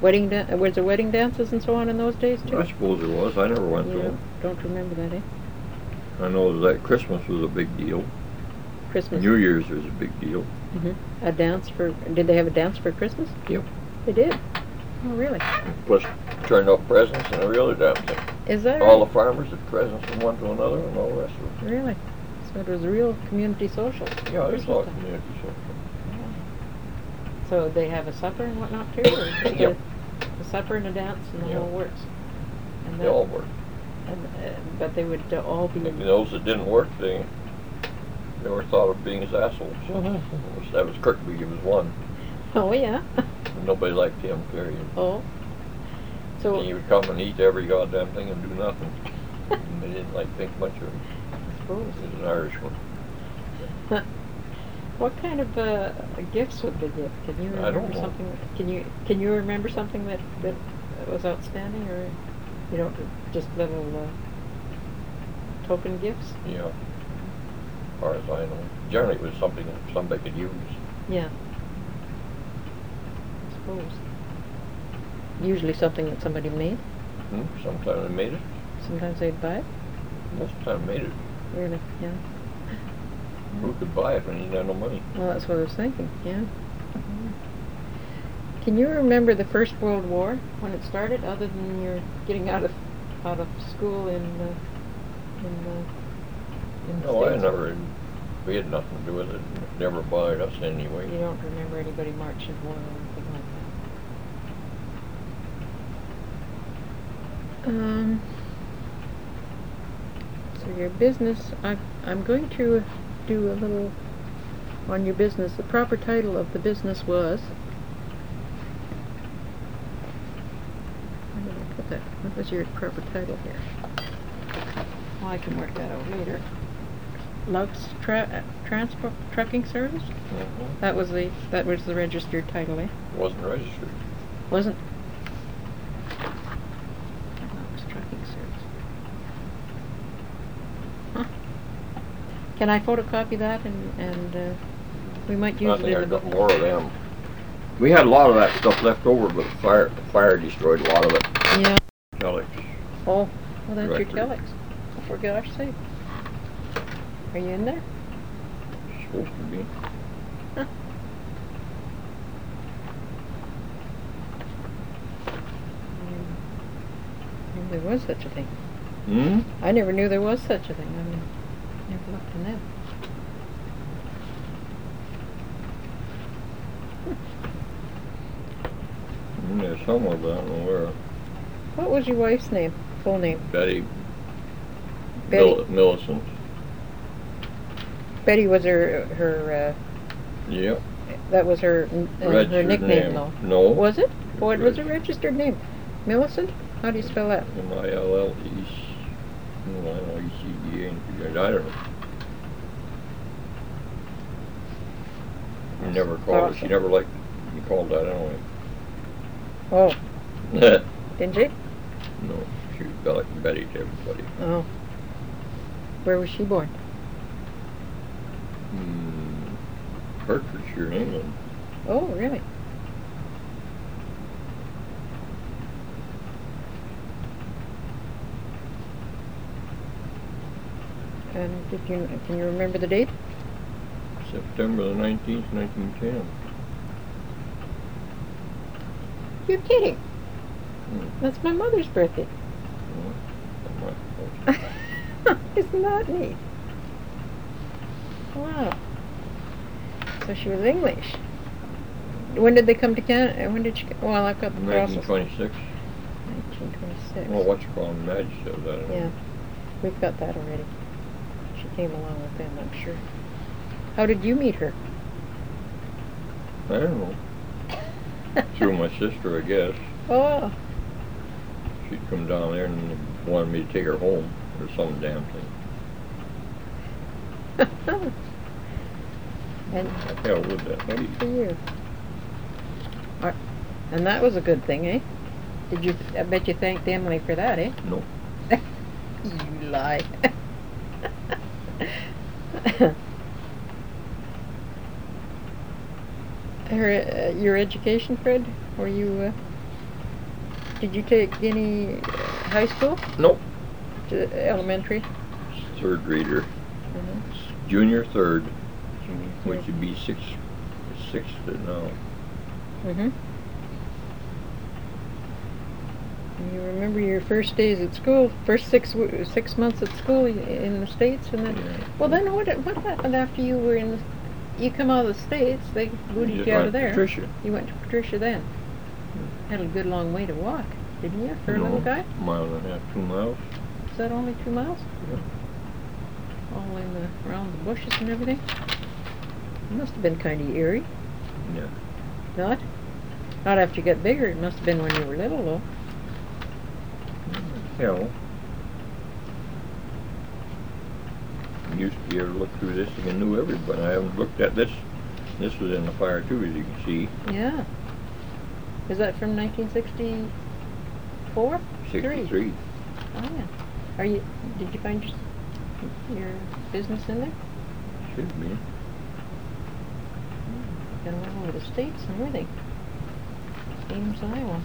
Speaker 1: Wedding da- uh, was there wedding dances and so on in those days too?
Speaker 2: I suppose there was, I never
Speaker 1: You
Speaker 2: went to
Speaker 1: don't-
Speaker 2: them.
Speaker 1: don't remember that, eh?
Speaker 2: I know that Christmas was a big deal.
Speaker 1: Christmas.
Speaker 2: New Year's was a big deal.
Speaker 1: hmm A dance for? Did they have a dance for Christmas?
Speaker 2: Yep.
Speaker 1: They did. Oh, really?
Speaker 2: Plus turned off presents and every other damn thing.
Speaker 1: Is that
Speaker 2: All
Speaker 1: right?
Speaker 2: the farmers had presents from one to another and all the rest of it.
Speaker 1: really? So it was a real community social.
Speaker 2: Yeah, it's
Speaker 1: Christmas
Speaker 2: all
Speaker 1: time.
Speaker 2: community, so.
Speaker 1: So they have a supper and whatnot too, or just
Speaker 2: Yep.
Speaker 1: a, a supper and a dance and the
Speaker 2: Yeah.
Speaker 1: whole works? And
Speaker 2: They
Speaker 1: that-
Speaker 2: all worked.
Speaker 1: And, uh, but they would uh, all be,
Speaker 2: And those that didn't work, they, they were thought of being as assholes.
Speaker 1: Mm-hmm.
Speaker 2: That was Kirkby, he was one.
Speaker 1: oh yeah,
Speaker 2: Nobody liked him, period.
Speaker 1: oh.
Speaker 2: And he
Speaker 1: So,
Speaker 2: would come and eat every goddamn thing and do nothing. And they didn't like think much of him.
Speaker 1: I suppose.
Speaker 2: He was an Irishman.
Speaker 1: what kind of uh, gifts would they give? Can you
Speaker 2: I
Speaker 1: remember
Speaker 2: don't know.
Speaker 1: something? that- Can you can you remember something that, that was outstanding, or you don't just little uh, token gifts?
Speaker 2: Yeah. As far as I know. Generally, it was something that somebody could use.
Speaker 1: Yeah. I suppose. Usually something that somebody made.
Speaker 2: Hmm? Sometimes they made it,
Speaker 1: Sometimes they'd buy it.
Speaker 2: most of the time made it.
Speaker 1: Really? Yeah.
Speaker 2: Who
Speaker 1: Hmm.
Speaker 2: could buy it when he didn't have no money?
Speaker 1: Well, that's what I was thinking. Yeah. Can you remember the First World War when it started? Other than you're getting out of out of school in uh, in the in the
Speaker 2: No, I
Speaker 1: States?
Speaker 2: never, we had nothing to do with it, never bothered us anyway.
Speaker 1: You don't remember anybody marching war or anything like that? Um, so your business, I'm, I'm going to do a little on your business. The proper title of the business was, where did I put that? What was your proper title here? Well, I can work that out later. Love's tra- uh, Transport Trucking Service?
Speaker 2: Mhm.
Speaker 1: That was the, that was the registered title, eh?
Speaker 2: Wasn't registered.
Speaker 1: Wasn't? That was trucking service. Huh. Can I photocopy that and, and, uh, we might
Speaker 2: I
Speaker 1: use it
Speaker 2: think I
Speaker 1: in the.
Speaker 2: got more of them. We had a lot of that stuff left over, but the fire, the fire destroyed a lot of it.
Speaker 1: Yeah,
Speaker 2: Alex,
Speaker 1: oh, well, that's your
Speaker 2: Right, right.
Speaker 1: telex, for gosh sake. Are you in there?
Speaker 2: supposed to be.
Speaker 1: I knew There was such a thing.
Speaker 2: Hmm?
Speaker 1: I never knew there was such a thing. I mean, never looked in that.
Speaker 2: Mm, There's somewhere, but I don't know where.
Speaker 1: What was your wife's name, full name?
Speaker 2: Betty.
Speaker 1: Betty.
Speaker 2: Mil- Millicent.
Speaker 1: Betty was her, her,
Speaker 2: Yep.
Speaker 1: uh, that was her, n- uh, her
Speaker 2: Registered
Speaker 1: nickname
Speaker 2: name.
Speaker 1: though.
Speaker 2: No.
Speaker 1: Was it? What was her
Speaker 2: Reg-
Speaker 1: registered name? Millicent? How do you spell that?
Speaker 2: M I L L E C. No, I don't know, E C D A, and figured- I don't know. I never called her, she
Speaker 1: Awesome.
Speaker 2: never liked we called that anyway.
Speaker 1: Oh, didn't you?
Speaker 2: No, she was Betty, Betty to everybody.
Speaker 1: Oh. Where was she born?
Speaker 2: Hmm, Hertfordshire, England.
Speaker 1: Oh, really? And did you, can you remember the date?
Speaker 2: September the nineteenth, nineteen ten.
Speaker 1: You're kidding.
Speaker 2: Hmm.
Speaker 1: That's my mother's birthday. Isn't that neat? Wow. So she was English. When did they come to Canada? When did she, well, I've got the
Speaker 2: Nineteen
Speaker 1: Brussels.
Speaker 2: twenty-six.
Speaker 1: 1926.
Speaker 2: Well, what's called Madge said that. I don't
Speaker 1: Yeah,
Speaker 2: know.
Speaker 1: we've got that already. She came along with them, I'm sure. How did you meet her?
Speaker 2: I don't know. Through my sister, I guess.
Speaker 1: Oh,
Speaker 2: She'd come down there and wanted me to take her home or some damn thing.
Speaker 1: and
Speaker 2: I hell with that.
Speaker 1: good for you. Ar- And that was a good thing, eh? Did you, I bet you thanked Emily for that, eh?
Speaker 2: No.
Speaker 1: You lie. Her, uh, your education, Fred? Were you, uh, did you take any uh, high school,
Speaker 2: Nope.
Speaker 1: to elementary? Mm-hmm.
Speaker 2: Third grader. Junior third, which would be six, six to now.
Speaker 1: Mm-hmm. You remember your first days at school, first six, w- six months at school i- in the States and then,
Speaker 2: Yeah.
Speaker 1: well then what, what happened after you were in, the- you come out of the States, they booted
Speaker 2: Just
Speaker 1: you out
Speaker 2: like
Speaker 1: of there.
Speaker 2: Patricia.
Speaker 1: You went to Patricia then. Had a good long way to walk, didn't you, for a little
Speaker 2: No,
Speaker 1: guy?
Speaker 2: Mile and a half, two miles.
Speaker 1: Is that only two miles?
Speaker 2: Yeah.
Speaker 1: All in the, around the bushes and everything? Must have been kinda eerie,
Speaker 2: Yeah.
Speaker 1: not? Not after you got bigger, it must have been when you were little though.
Speaker 2: Hell. Used to be able to look through this thing and knew everybody. I haven't looked at this. This was in the fire too, as you can see.
Speaker 1: Yeah. Is that from nineteen sixty-four? Three.
Speaker 2: Sixty-three.
Speaker 1: Oh, yeah. Are you, did you find your, your business in there?
Speaker 2: Should be.
Speaker 1: Got all over the states and everything. Same as Iowa.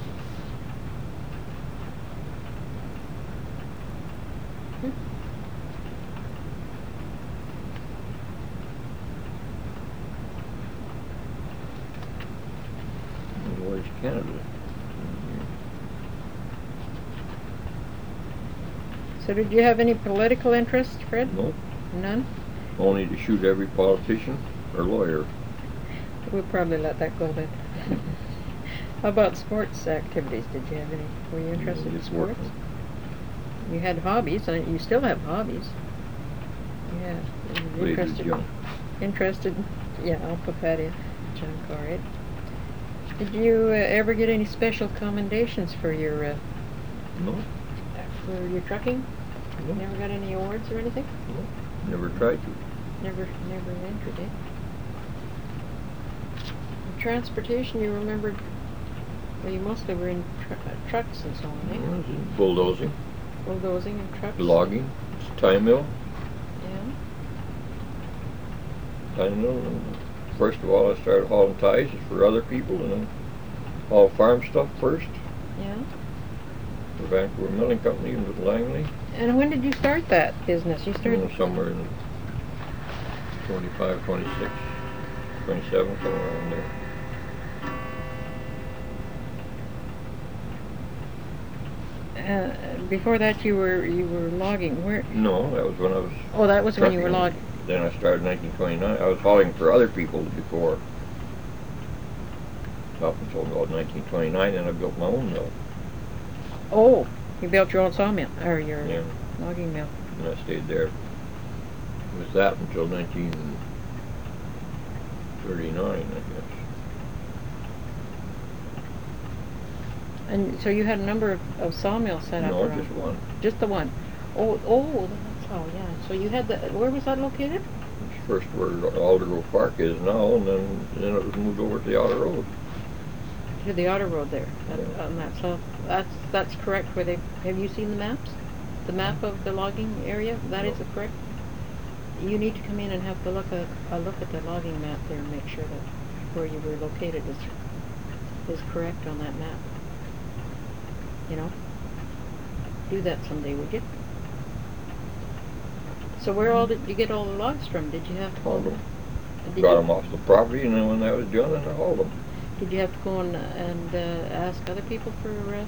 Speaker 1: Hmm.
Speaker 2: Where's Canada?
Speaker 1: So did you have any political interest, Fred?
Speaker 2: Nope.
Speaker 1: None?
Speaker 2: Only to shoot every politician or lawyer.
Speaker 1: We'll probably let that go then. How about sports activities? Did you have any, were you interested in
Speaker 2: Just work.
Speaker 1: sports? You had hobbies, and you still have hobbies. Yeah. and you're
Speaker 2: Way too
Speaker 1: interested-
Speaker 2: young.
Speaker 1: Interested, yeah, I'll put that in, junk, all right. Did you uh, ever get any special commendations for your, uh,
Speaker 2: No,
Speaker 1: for your trucking? You
Speaker 2: no,
Speaker 1: Never got any awards or anything?
Speaker 2: never tried to.
Speaker 1: Never, never entered it. And Transportation, you remembered, well, you mostly were in tr- uh, trucks and so on,
Speaker 2: No, it's Bulldozing,
Speaker 1: eh? Bulldozing and trucks.
Speaker 2: Mm-hmm. logging, it's tie mill,
Speaker 1: Yeah,
Speaker 2: tie mill. and First of all, I started hauling ties for other people and then haul farm stuff first
Speaker 1: yeah.
Speaker 2: for Vancouver Milling Company and with Langley.
Speaker 1: And when did you start that business? You
Speaker 2: you know,
Speaker 1: started?
Speaker 2: Oh, Somewhere in 25, 26, 27, somewhere around there.
Speaker 1: Uh, before that, you were, you were logging, where,
Speaker 2: No, that was when I was.
Speaker 1: Oh, that was when you were
Speaker 2: trucking.
Speaker 1: logging.
Speaker 2: Then I started 1929. I was hauling for other people before. Up until about 1929, then I built my own mill.
Speaker 1: Oh, you built your own sawmill, or your
Speaker 2: Yeah.
Speaker 1: logging mill.
Speaker 2: And I stayed there. It was that until 1939, I guess.
Speaker 1: And so you had a number of, of sawmills set up
Speaker 2: No,
Speaker 1: around?
Speaker 2: just one.
Speaker 1: Just the one? Oh, oh, that's how, yeah. So you had the, where was that located?
Speaker 2: It's first where Alder Grove Park is now, and then, then it was moved over to the outer road.
Speaker 1: to the auto road there, that-
Speaker 2: Yeah.
Speaker 1: on that south, that's, that's correct where they, have you seen the maps? The map of the logging area, that is
Speaker 2: No.
Speaker 1: correct? You need to come in and have a look at, a look at the logging map there and make sure that where you were located is, is correct on that map. You know? Do that someday, would you? So where all did you get all the logs from? Did you have to go?
Speaker 2: Hauled 'em.
Speaker 1: Did
Speaker 2: Got
Speaker 1: you-
Speaker 2: them off the property and then when that was done, then I hauled them.
Speaker 1: did you have to go and, and uh, ask other people for, uh,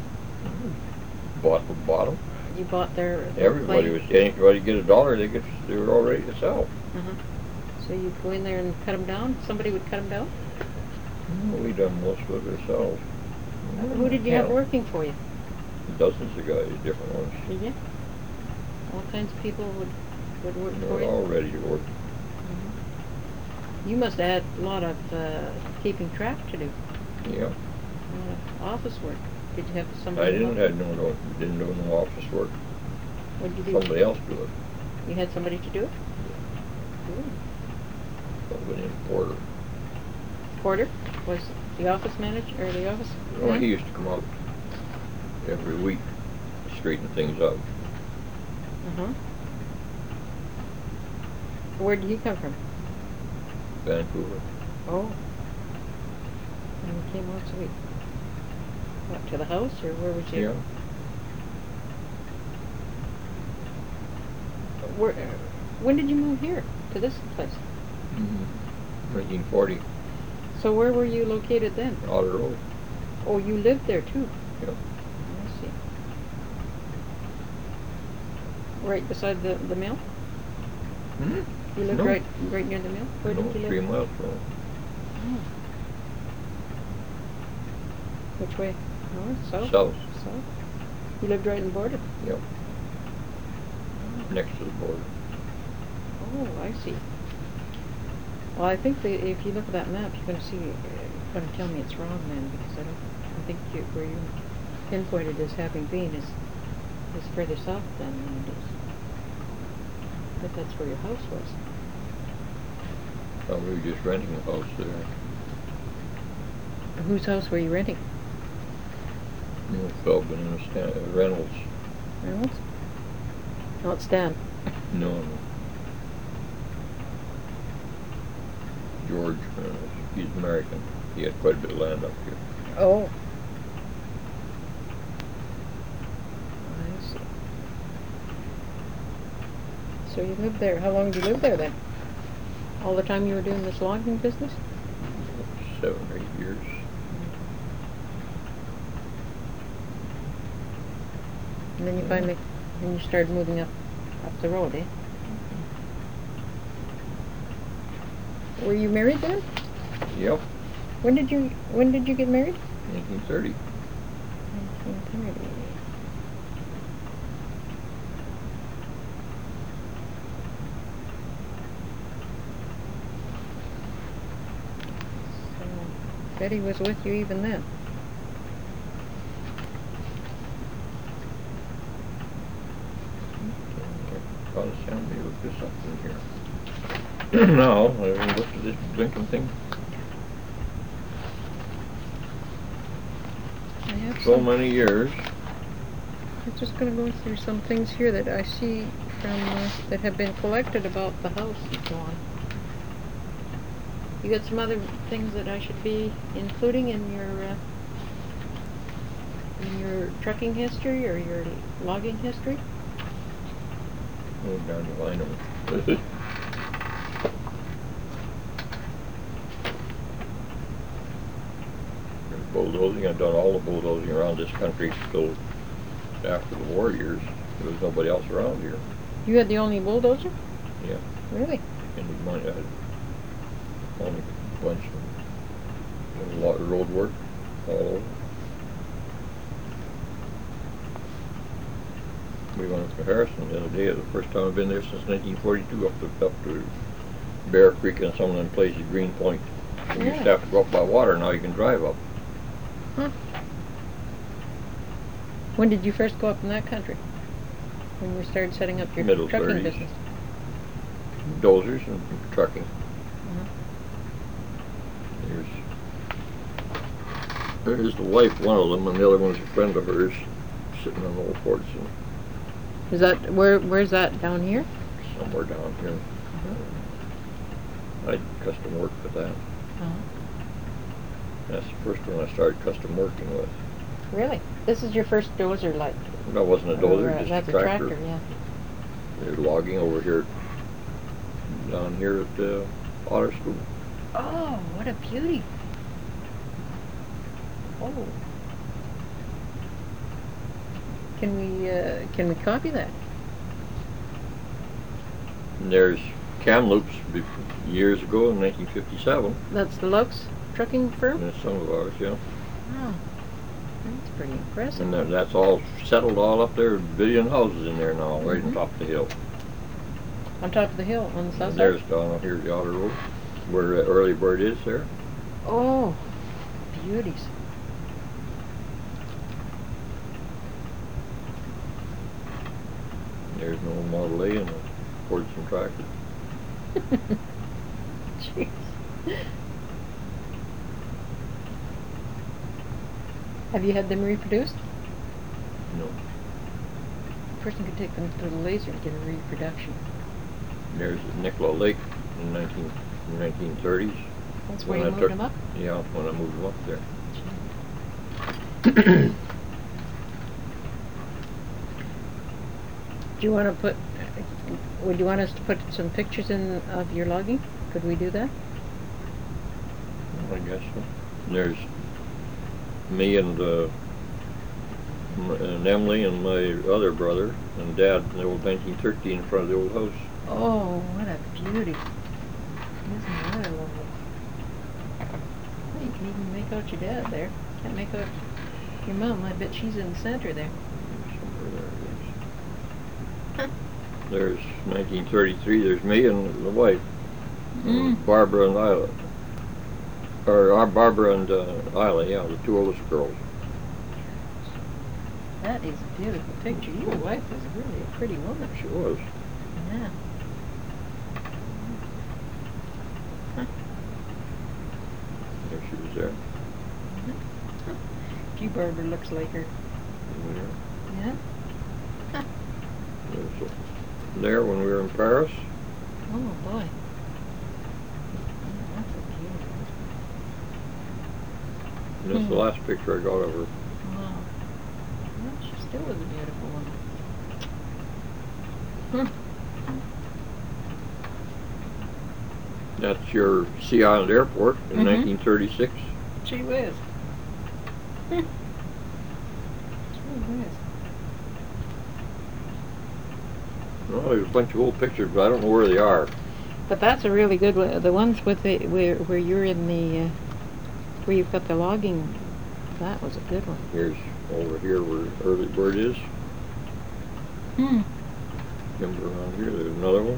Speaker 2: Bought the bottom.
Speaker 1: you bought their their
Speaker 2: Everybody
Speaker 1: claim?
Speaker 2: was, anybody get a dollar, they get, they were all ready to sell.
Speaker 1: Uh-huh. So you'd go in there and cut them down? Somebody would cut them down?
Speaker 2: We done most of it ourselves.
Speaker 1: Who did you have
Speaker 2: Yeah.
Speaker 1: working for you?
Speaker 2: Dozens of guys, different ones.
Speaker 1: Did you? All kinds of people would, would work
Speaker 2: They
Speaker 1: for
Speaker 2: were
Speaker 1: you?
Speaker 2: all ready to work.
Speaker 1: Mhm. You must have had a lot of uh, keeping track to do, a
Speaker 2: Yeah.
Speaker 1: lot of office work. Did you have somebody?
Speaker 2: I didn't
Speaker 1: help
Speaker 2: have
Speaker 1: you?
Speaker 2: no, no, didn't do no office work.
Speaker 1: What'd you do?
Speaker 2: Somebody else do it.
Speaker 1: You had somebody to do it?
Speaker 2: Somebody in Porter.
Speaker 1: Porter was the office manager, or the office?
Speaker 2: Well,
Speaker 1: man?
Speaker 2: he used to come out every week, straighten things out.
Speaker 1: Uh-huh. Where did he come from?
Speaker 2: Vancouver.
Speaker 1: Oh. And he came once a week. What, to the house, or where was you?
Speaker 2: Yeah.
Speaker 1: Where, when did you move here, to this place? Mm-hmm.
Speaker 2: Nineteen forty,
Speaker 1: So where were you located then?
Speaker 2: Otter Road.
Speaker 1: Oh, you lived there too?
Speaker 2: Yeah.
Speaker 1: I see. Right beside the, the mill? You lived
Speaker 2: No.
Speaker 1: right, right near the mill? Where
Speaker 2: No,
Speaker 1: did you live?
Speaker 2: three miles from. it.
Speaker 1: Oh. Which way? North, south?
Speaker 2: South.
Speaker 1: South? You lived right in border?
Speaker 2: Yep. Next to the border.
Speaker 1: Oh, I see. Well, I think that if you look at that map, you're gonna see, you're gonna tell me it's wrong then, because I don't, I think you, where you pinpointed as having been is, is further south than it is. But that's where your house was.
Speaker 2: Oh, we were just renting a house there.
Speaker 1: Whose house were you renting?
Speaker 2: You know, Feldman and Stan, uh, Reynolds.
Speaker 1: Reynolds? Not Stan.
Speaker 2: No, no. George Reynolds. He's American. He had quite a bit of land up here.
Speaker 1: Oh. I see. So you lived there, how long did you live there then? All the time you were doing this logging business?
Speaker 2: Seven or eight years.
Speaker 1: Mm-hmm. And then you
Speaker 2: Mhm.
Speaker 1: finally, then you started moving up, up the road, eh? Were you married then?
Speaker 2: Yep.
Speaker 1: When did you, when did you get married?
Speaker 2: Nineteen thirty.
Speaker 1: Nineteen thirty. So Betty was with you even then?
Speaker 2: Father Sam, they looked this up in here. no, I haven't looked at this blinking thing.
Speaker 1: I have
Speaker 2: So
Speaker 1: some-
Speaker 2: many years.
Speaker 1: I'm just gonna go through some things here that I see from, uh, that have been collected about the house and so on. You got some other things that I should be including in your, uh, in your trucking history or your logging history?
Speaker 2: Oh, darn if I know. Bulldozing, I've done all the bulldozing around this country till after the war years. There was nobody else around here.
Speaker 1: You had the only bulldozer?
Speaker 2: Yeah,
Speaker 1: Really?
Speaker 2: and the money, I had only a bunch of, a lot of road work all over. We went up to Harrison the other day, It was the first time I've been there since nineteen forty-two, up to, up to Bear Creek and some of them places, Green Point. You used
Speaker 1: Yeah.
Speaker 2: to have to go up by water, now you can drive up.
Speaker 1: When did you first go up in that country? When you started setting up your
Speaker 2: Middle
Speaker 1: trucking
Speaker 2: 30s.
Speaker 1: business?
Speaker 2: Dozers and trucking,
Speaker 1: Uh-huh.
Speaker 2: there's There's the wife, one of them, and the other one's a friend of hers, sitting on Old Fortson,
Speaker 1: Is that, where, where's that, down here?
Speaker 2: somewhere down here. I did custom work for that. That's the first one I started custom working with.
Speaker 1: Really? This is your first dozer, like?
Speaker 2: That wasn't a
Speaker 1: or, uh,
Speaker 2: dozer, just
Speaker 1: That's
Speaker 2: a tractor.
Speaker 1: yeah.
Speaker 2: They're logging over here, down here at the Otter School.
Speaker 1: Oh, what a beauty. Oh. Can we, uh, can we copy that?
Speaker 2: And there's Kamloops, be- years ago in nineteen fifty-seven,
Speaker 1: That's the Lux trucking firm?
Speaker 2: and some of ours, yeah.
Speaker 1: Wow. That's pretty impressive.
Speaker 2: And that- that's all settled all up there, a billion houses in there now, right on
Speaker 1: Mhm.
Speaker 2: top of the hill.
Speaker 1: On top of the hill, on the south
Speaker 2: And
Speaker 1: side?
Speaker 2: There's down here, the outer road, where uh, Early Bird is there.
Speaker 1: Oh, beauties.
Speaker 2: There's an old Model A and a Ford and tractor.
Speaker 1: Jeez. Have you had them reproduced?
Speaker 2: You know,
Speaker 1: Person could take them to the laser and get a reproduction.
Speaker 2: there's Nicola Lake in nineteen, nineteen thirties.
Speaker 1: That's where you moved them up?
Speaker 2: Yeah, when I moved them up there.
Speaker 1: Do you want to put, would you want us to put some pictures in of your logging? Could we do that?
Speaker 2: I guess so. There's me and, uh, m- and Emily and my other brother and dad in the old nineteen thirteen in front of the old house.
Speaker 1: Oh, what a beauty. Isn't that lovely? Well, You can even make out your dad there. Can't make out your mom. I bet she's in the center there.
Speaker 2: Somewhere there it is. There's nineteen thirty-three, there's me and the wife, and
Speaker 1: Mm.
Speaker 2: Barbara and Isla. Or uh, Barbara and uh, Isla, yeah, the two oldest girls.
Speaker 1: That is a beautiful picture. Your wife is really a pretty woman.
Speaker 2: She was.
Speaker 1: Yeah.
Speaker 2: There she was there.
Speaker 1: Gee, Barbara looks like her. Yeah?
Speaker 2: There was a- There when we were in Paris.
Speaker 1: Oh, boy. Yeah, That's a beauty.
Speaker 2: And that's
Speaker 1: Hmm.
Speaker 2: the last picture I got of her.
Speaker 1: Wow. Well, she still was a beautiful woman.
Speaker 2: That's your Sea Island Airport
Speaker 1: Mhm.
Speaker 2: in nineteen thirty-six.
Speaker 1: She was. she was.
Speaker 2: Well, there's a bunch of old pictures, but I don't know where they are.
Speaker 1: But that's a really good one. The ones with the where where you're in the uh, where you've got the logging. That was a good one.
Speaker 2: Here's over here where Early Bird is.
Speaker 1: Hmm.
Speaker 2: Remember around here, there's another one.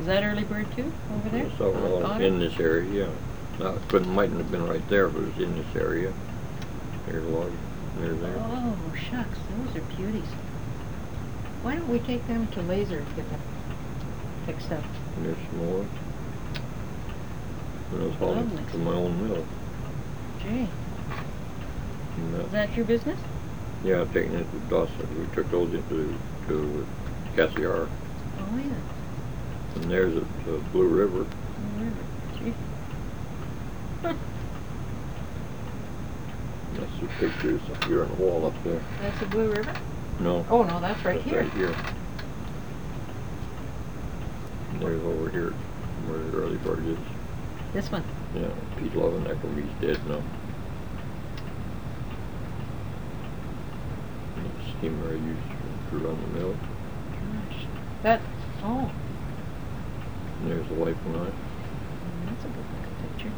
Speaker 1: Is that early bird too over there?
Speaker 2: So, uh, in this area, yeah. Now, it couldn't, mightn't have been right there, but it was in this area. There's a lot, of- there's there.
Speaker 1: Oh shucks, those are beauties. Why don't we take them to laser and get them fixed up?
Speaker 2: And there's some more. And I was hauling
Speaker 1: Lovely.
Speaker 2: from my own mill.
Speaker 1: Gee,
Speaker 2: and uh,
Speaker 1: is that your business?
Speaker 2: Yeah, taking it to Dawson, we took those into, to Cassiar,
Speaker 1: Oh yeah.
Speaker 2: and there's a, a Blue River. That's the pictures up here on the wall up there.
Speaker 1: That's the Blue River?
Speaker 2: No.
Speaker 1: Oh, no, that's right
Speaker 2: that's
Speaker 1: here.
Speaker 2: Right here. And There's over here, where the early bird is.
Speaker 1: This one.
Speaker 2: Yeah, Pete Lovin, from he's dead now. And the Steamer I used to run the mill,
Speaker 1: Gosh. That, oh,
Speaker 2: and there's the wife and I,
Speaker 1: that's a good looking picture.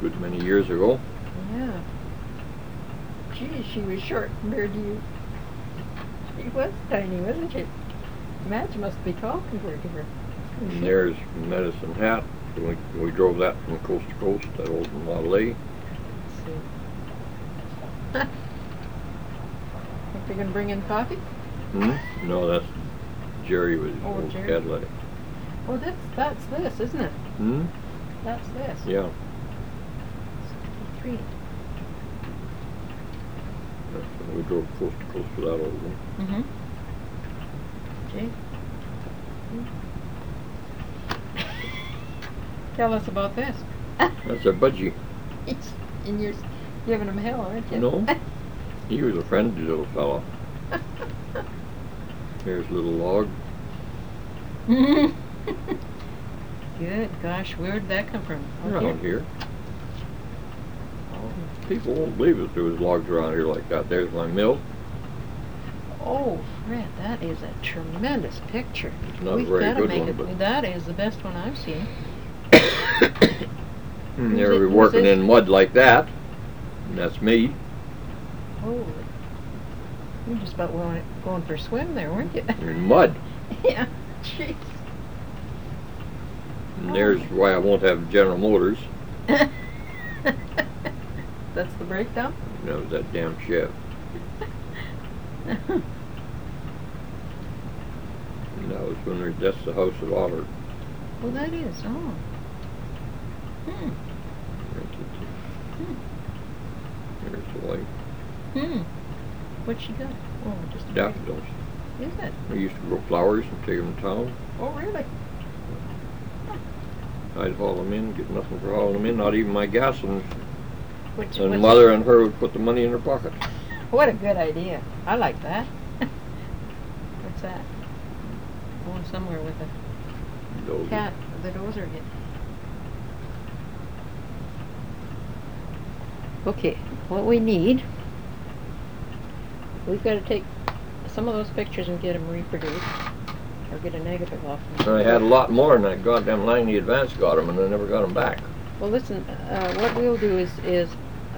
Speaker 2: good many years ago.
Speaker 1: Yeah. Gee, she was short compared to you. She was tiny, wasn't she? Madge must be tall compared to her.
Speaker 2: And there's Medicine Hat. We, we drove that from coast to coast, that old Model A.
Speaker 1: Let's see. Think they're gonna bring in coffee?
Speaker 2: Hmm? No, that's Jerry with his
Speaker 1: Oh,
Speaker 2: old
Speaker 1: Jerry.
Speaker 2: Cadillac.
Speaker 1: Oh, Hmm? that's, that's this, isn't it?
Speaker 2: Hmm?
Speaker 1: That's this.
Speaker 2: Yeah.
Speaker 1: street.
Speaker 2: We drove coast to coast for that all day.
Speaker 1: Mm-hmm. Jay? Tell us about this.
Speaker 2: That's a budgie.
Speaker 1: And you're giving him hell, aren't you?
Speaker 2: No. He was a friendly little fellow. Here's a little log.
Speaker 1: Good gosh, where'd that come from? Out
Speaker 2: around here. People won't believe it. There was logs around here like that. There's my mill.
Speaker 1: Oh, Fred, that is a tremendous picture.
Speaker 2: It's not a
Speaker 1: We've
Speaker 2: very
Speaker 1: gotta
Speaker 2: good
Speaker 1: make
Speaker 2: one,
Speaker 1: it-
Speaker 2: but-
Speaker 1: That is the best one I've seen.
Speaker 2: And
Speaker 1: Who's
Speaker 2: they
Speaker 1: it-
Speaker 2: were
Speaker 1: who's
Speaker 2: Hmm, working
Speaker 1: it?
Speaker 2: in mud like that. And that's me.
Speaker 1: Holy. You just about going, going for a swim there, weren't you?
Speaker 2: In mud.
Speaker 1: Yeah, jeez. Oh.
Speaker 2: And there's why I won't have General Motors.
Speaker 1: That's the breakdown?
Speaker 2: And that was that damn Chevy. And that was when they that's the House of Otter.
Speaker 1: Well, that is, oh. Hmm,
Speaker 2: There's the lake.
Speaker 1: hmm. What she got? Oh, just a break-
Speaker 2: Daffodils.
Speaker 1: Is it?
Speaker 2: We used to grow flowers and take them to town.
Speaker 1: Oh, really?
Speaker 2: I'd haul them in, get nothing for hauling them in, not even my gas. And,
Speaker 1: Which
Speaker 2: and
Speaker 1: was-
Speaker 2: mother and her would put the money in her pocket.
Speaker 1: What a good idea. I like that. What's that? Going somewhere with a
Speaker 2: Those-
Speaker 1: cat, the dozer hit. Okay, what we need, we've gotta take some of those pictures and get them reproduced, or get a negative off them.
Speaker 2: I had a lot more than that goddamn line the advance got them, and I never got them back.
Speaker 1: Well, listen, uh, what we'll do is, is,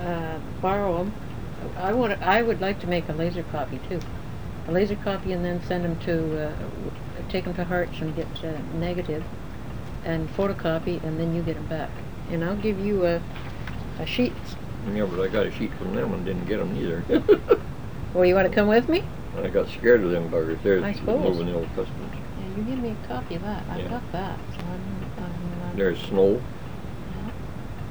Speaker 1: uh, borrow them. I wanna, I would like to make a laser copy too. A laser copy and then send them to, uh, w- take them to Hart's and get, uh, negative and photocopy and then you get them back. And I'll give you a, a sheet.
Speaker 2: Yeah, but I got a sheet from them and didn't get them either.
Speaker 1: Well, you wanna come with me?
Speaker 2: And I got scared of them buggers. They're
Speaker 1: I suppose.
Speaker 2: moving the old customs.
Speaker 1: Yeah, you give me a copy of that.
Speaker 2: Yeah.
Speaker 1: I've got that, so I'm, I'm, uh,
Speaker 2: There's snow.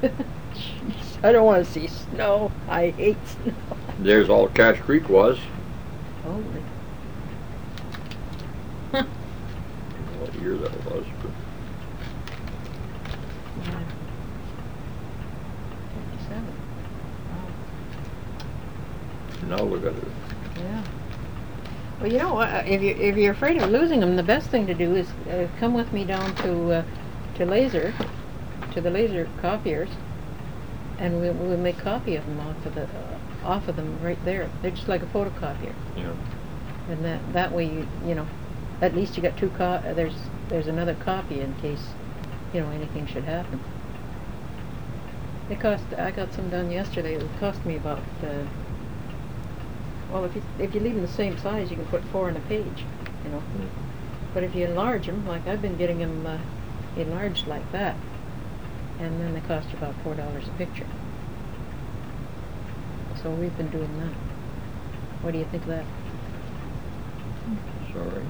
Speaker 1: Jeez, I don't wanna see snow. I hate snow.
Speaker 2: There's all Cache Creek was.
Speaker 1: Holy.
Speaker 2: I don't know What year that was? But
Speaker 1: Yeah. Fifty-seven,
Speaker 2: now look at it.
Speaker 1: yeah. Well, you know what, uh, if you, if you're afraid of losing them, the best thing to do is, uh, come with me down to, uh, to Laser, to the Laser copiers, and we'll, we'll make copy of them off of the, uh, off of them right there. They're just like a photocopier,
Speaker 2: Yeah.
Speaker 1: and that, that way, you, you know, at least you got two co- uh, there's, there's another copy in case, you know, anything should happen. They cost, I got some done yesterday, it cost me about, uh, well, if you, if you leave them the same size, you can put four on a page, you know.
Speaker 2: Mm.
Speaker 1: But if you enlarge them, like I've been getting them, uh, enlarged like that, and then they cost you about four dollars a picture. So we've been doing that. What do you think of that?
Speaker 2: Sorry.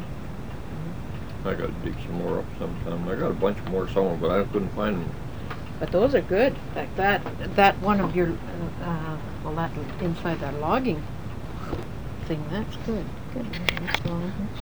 Speaker 2: I gotta dig some more up sometime. I got a bunch more somewhere, but I couldn't find them.
Speaker 1: But those are good, like that, that one of your, uh, well, that, inside that logging thing, that's good. Good, that's long.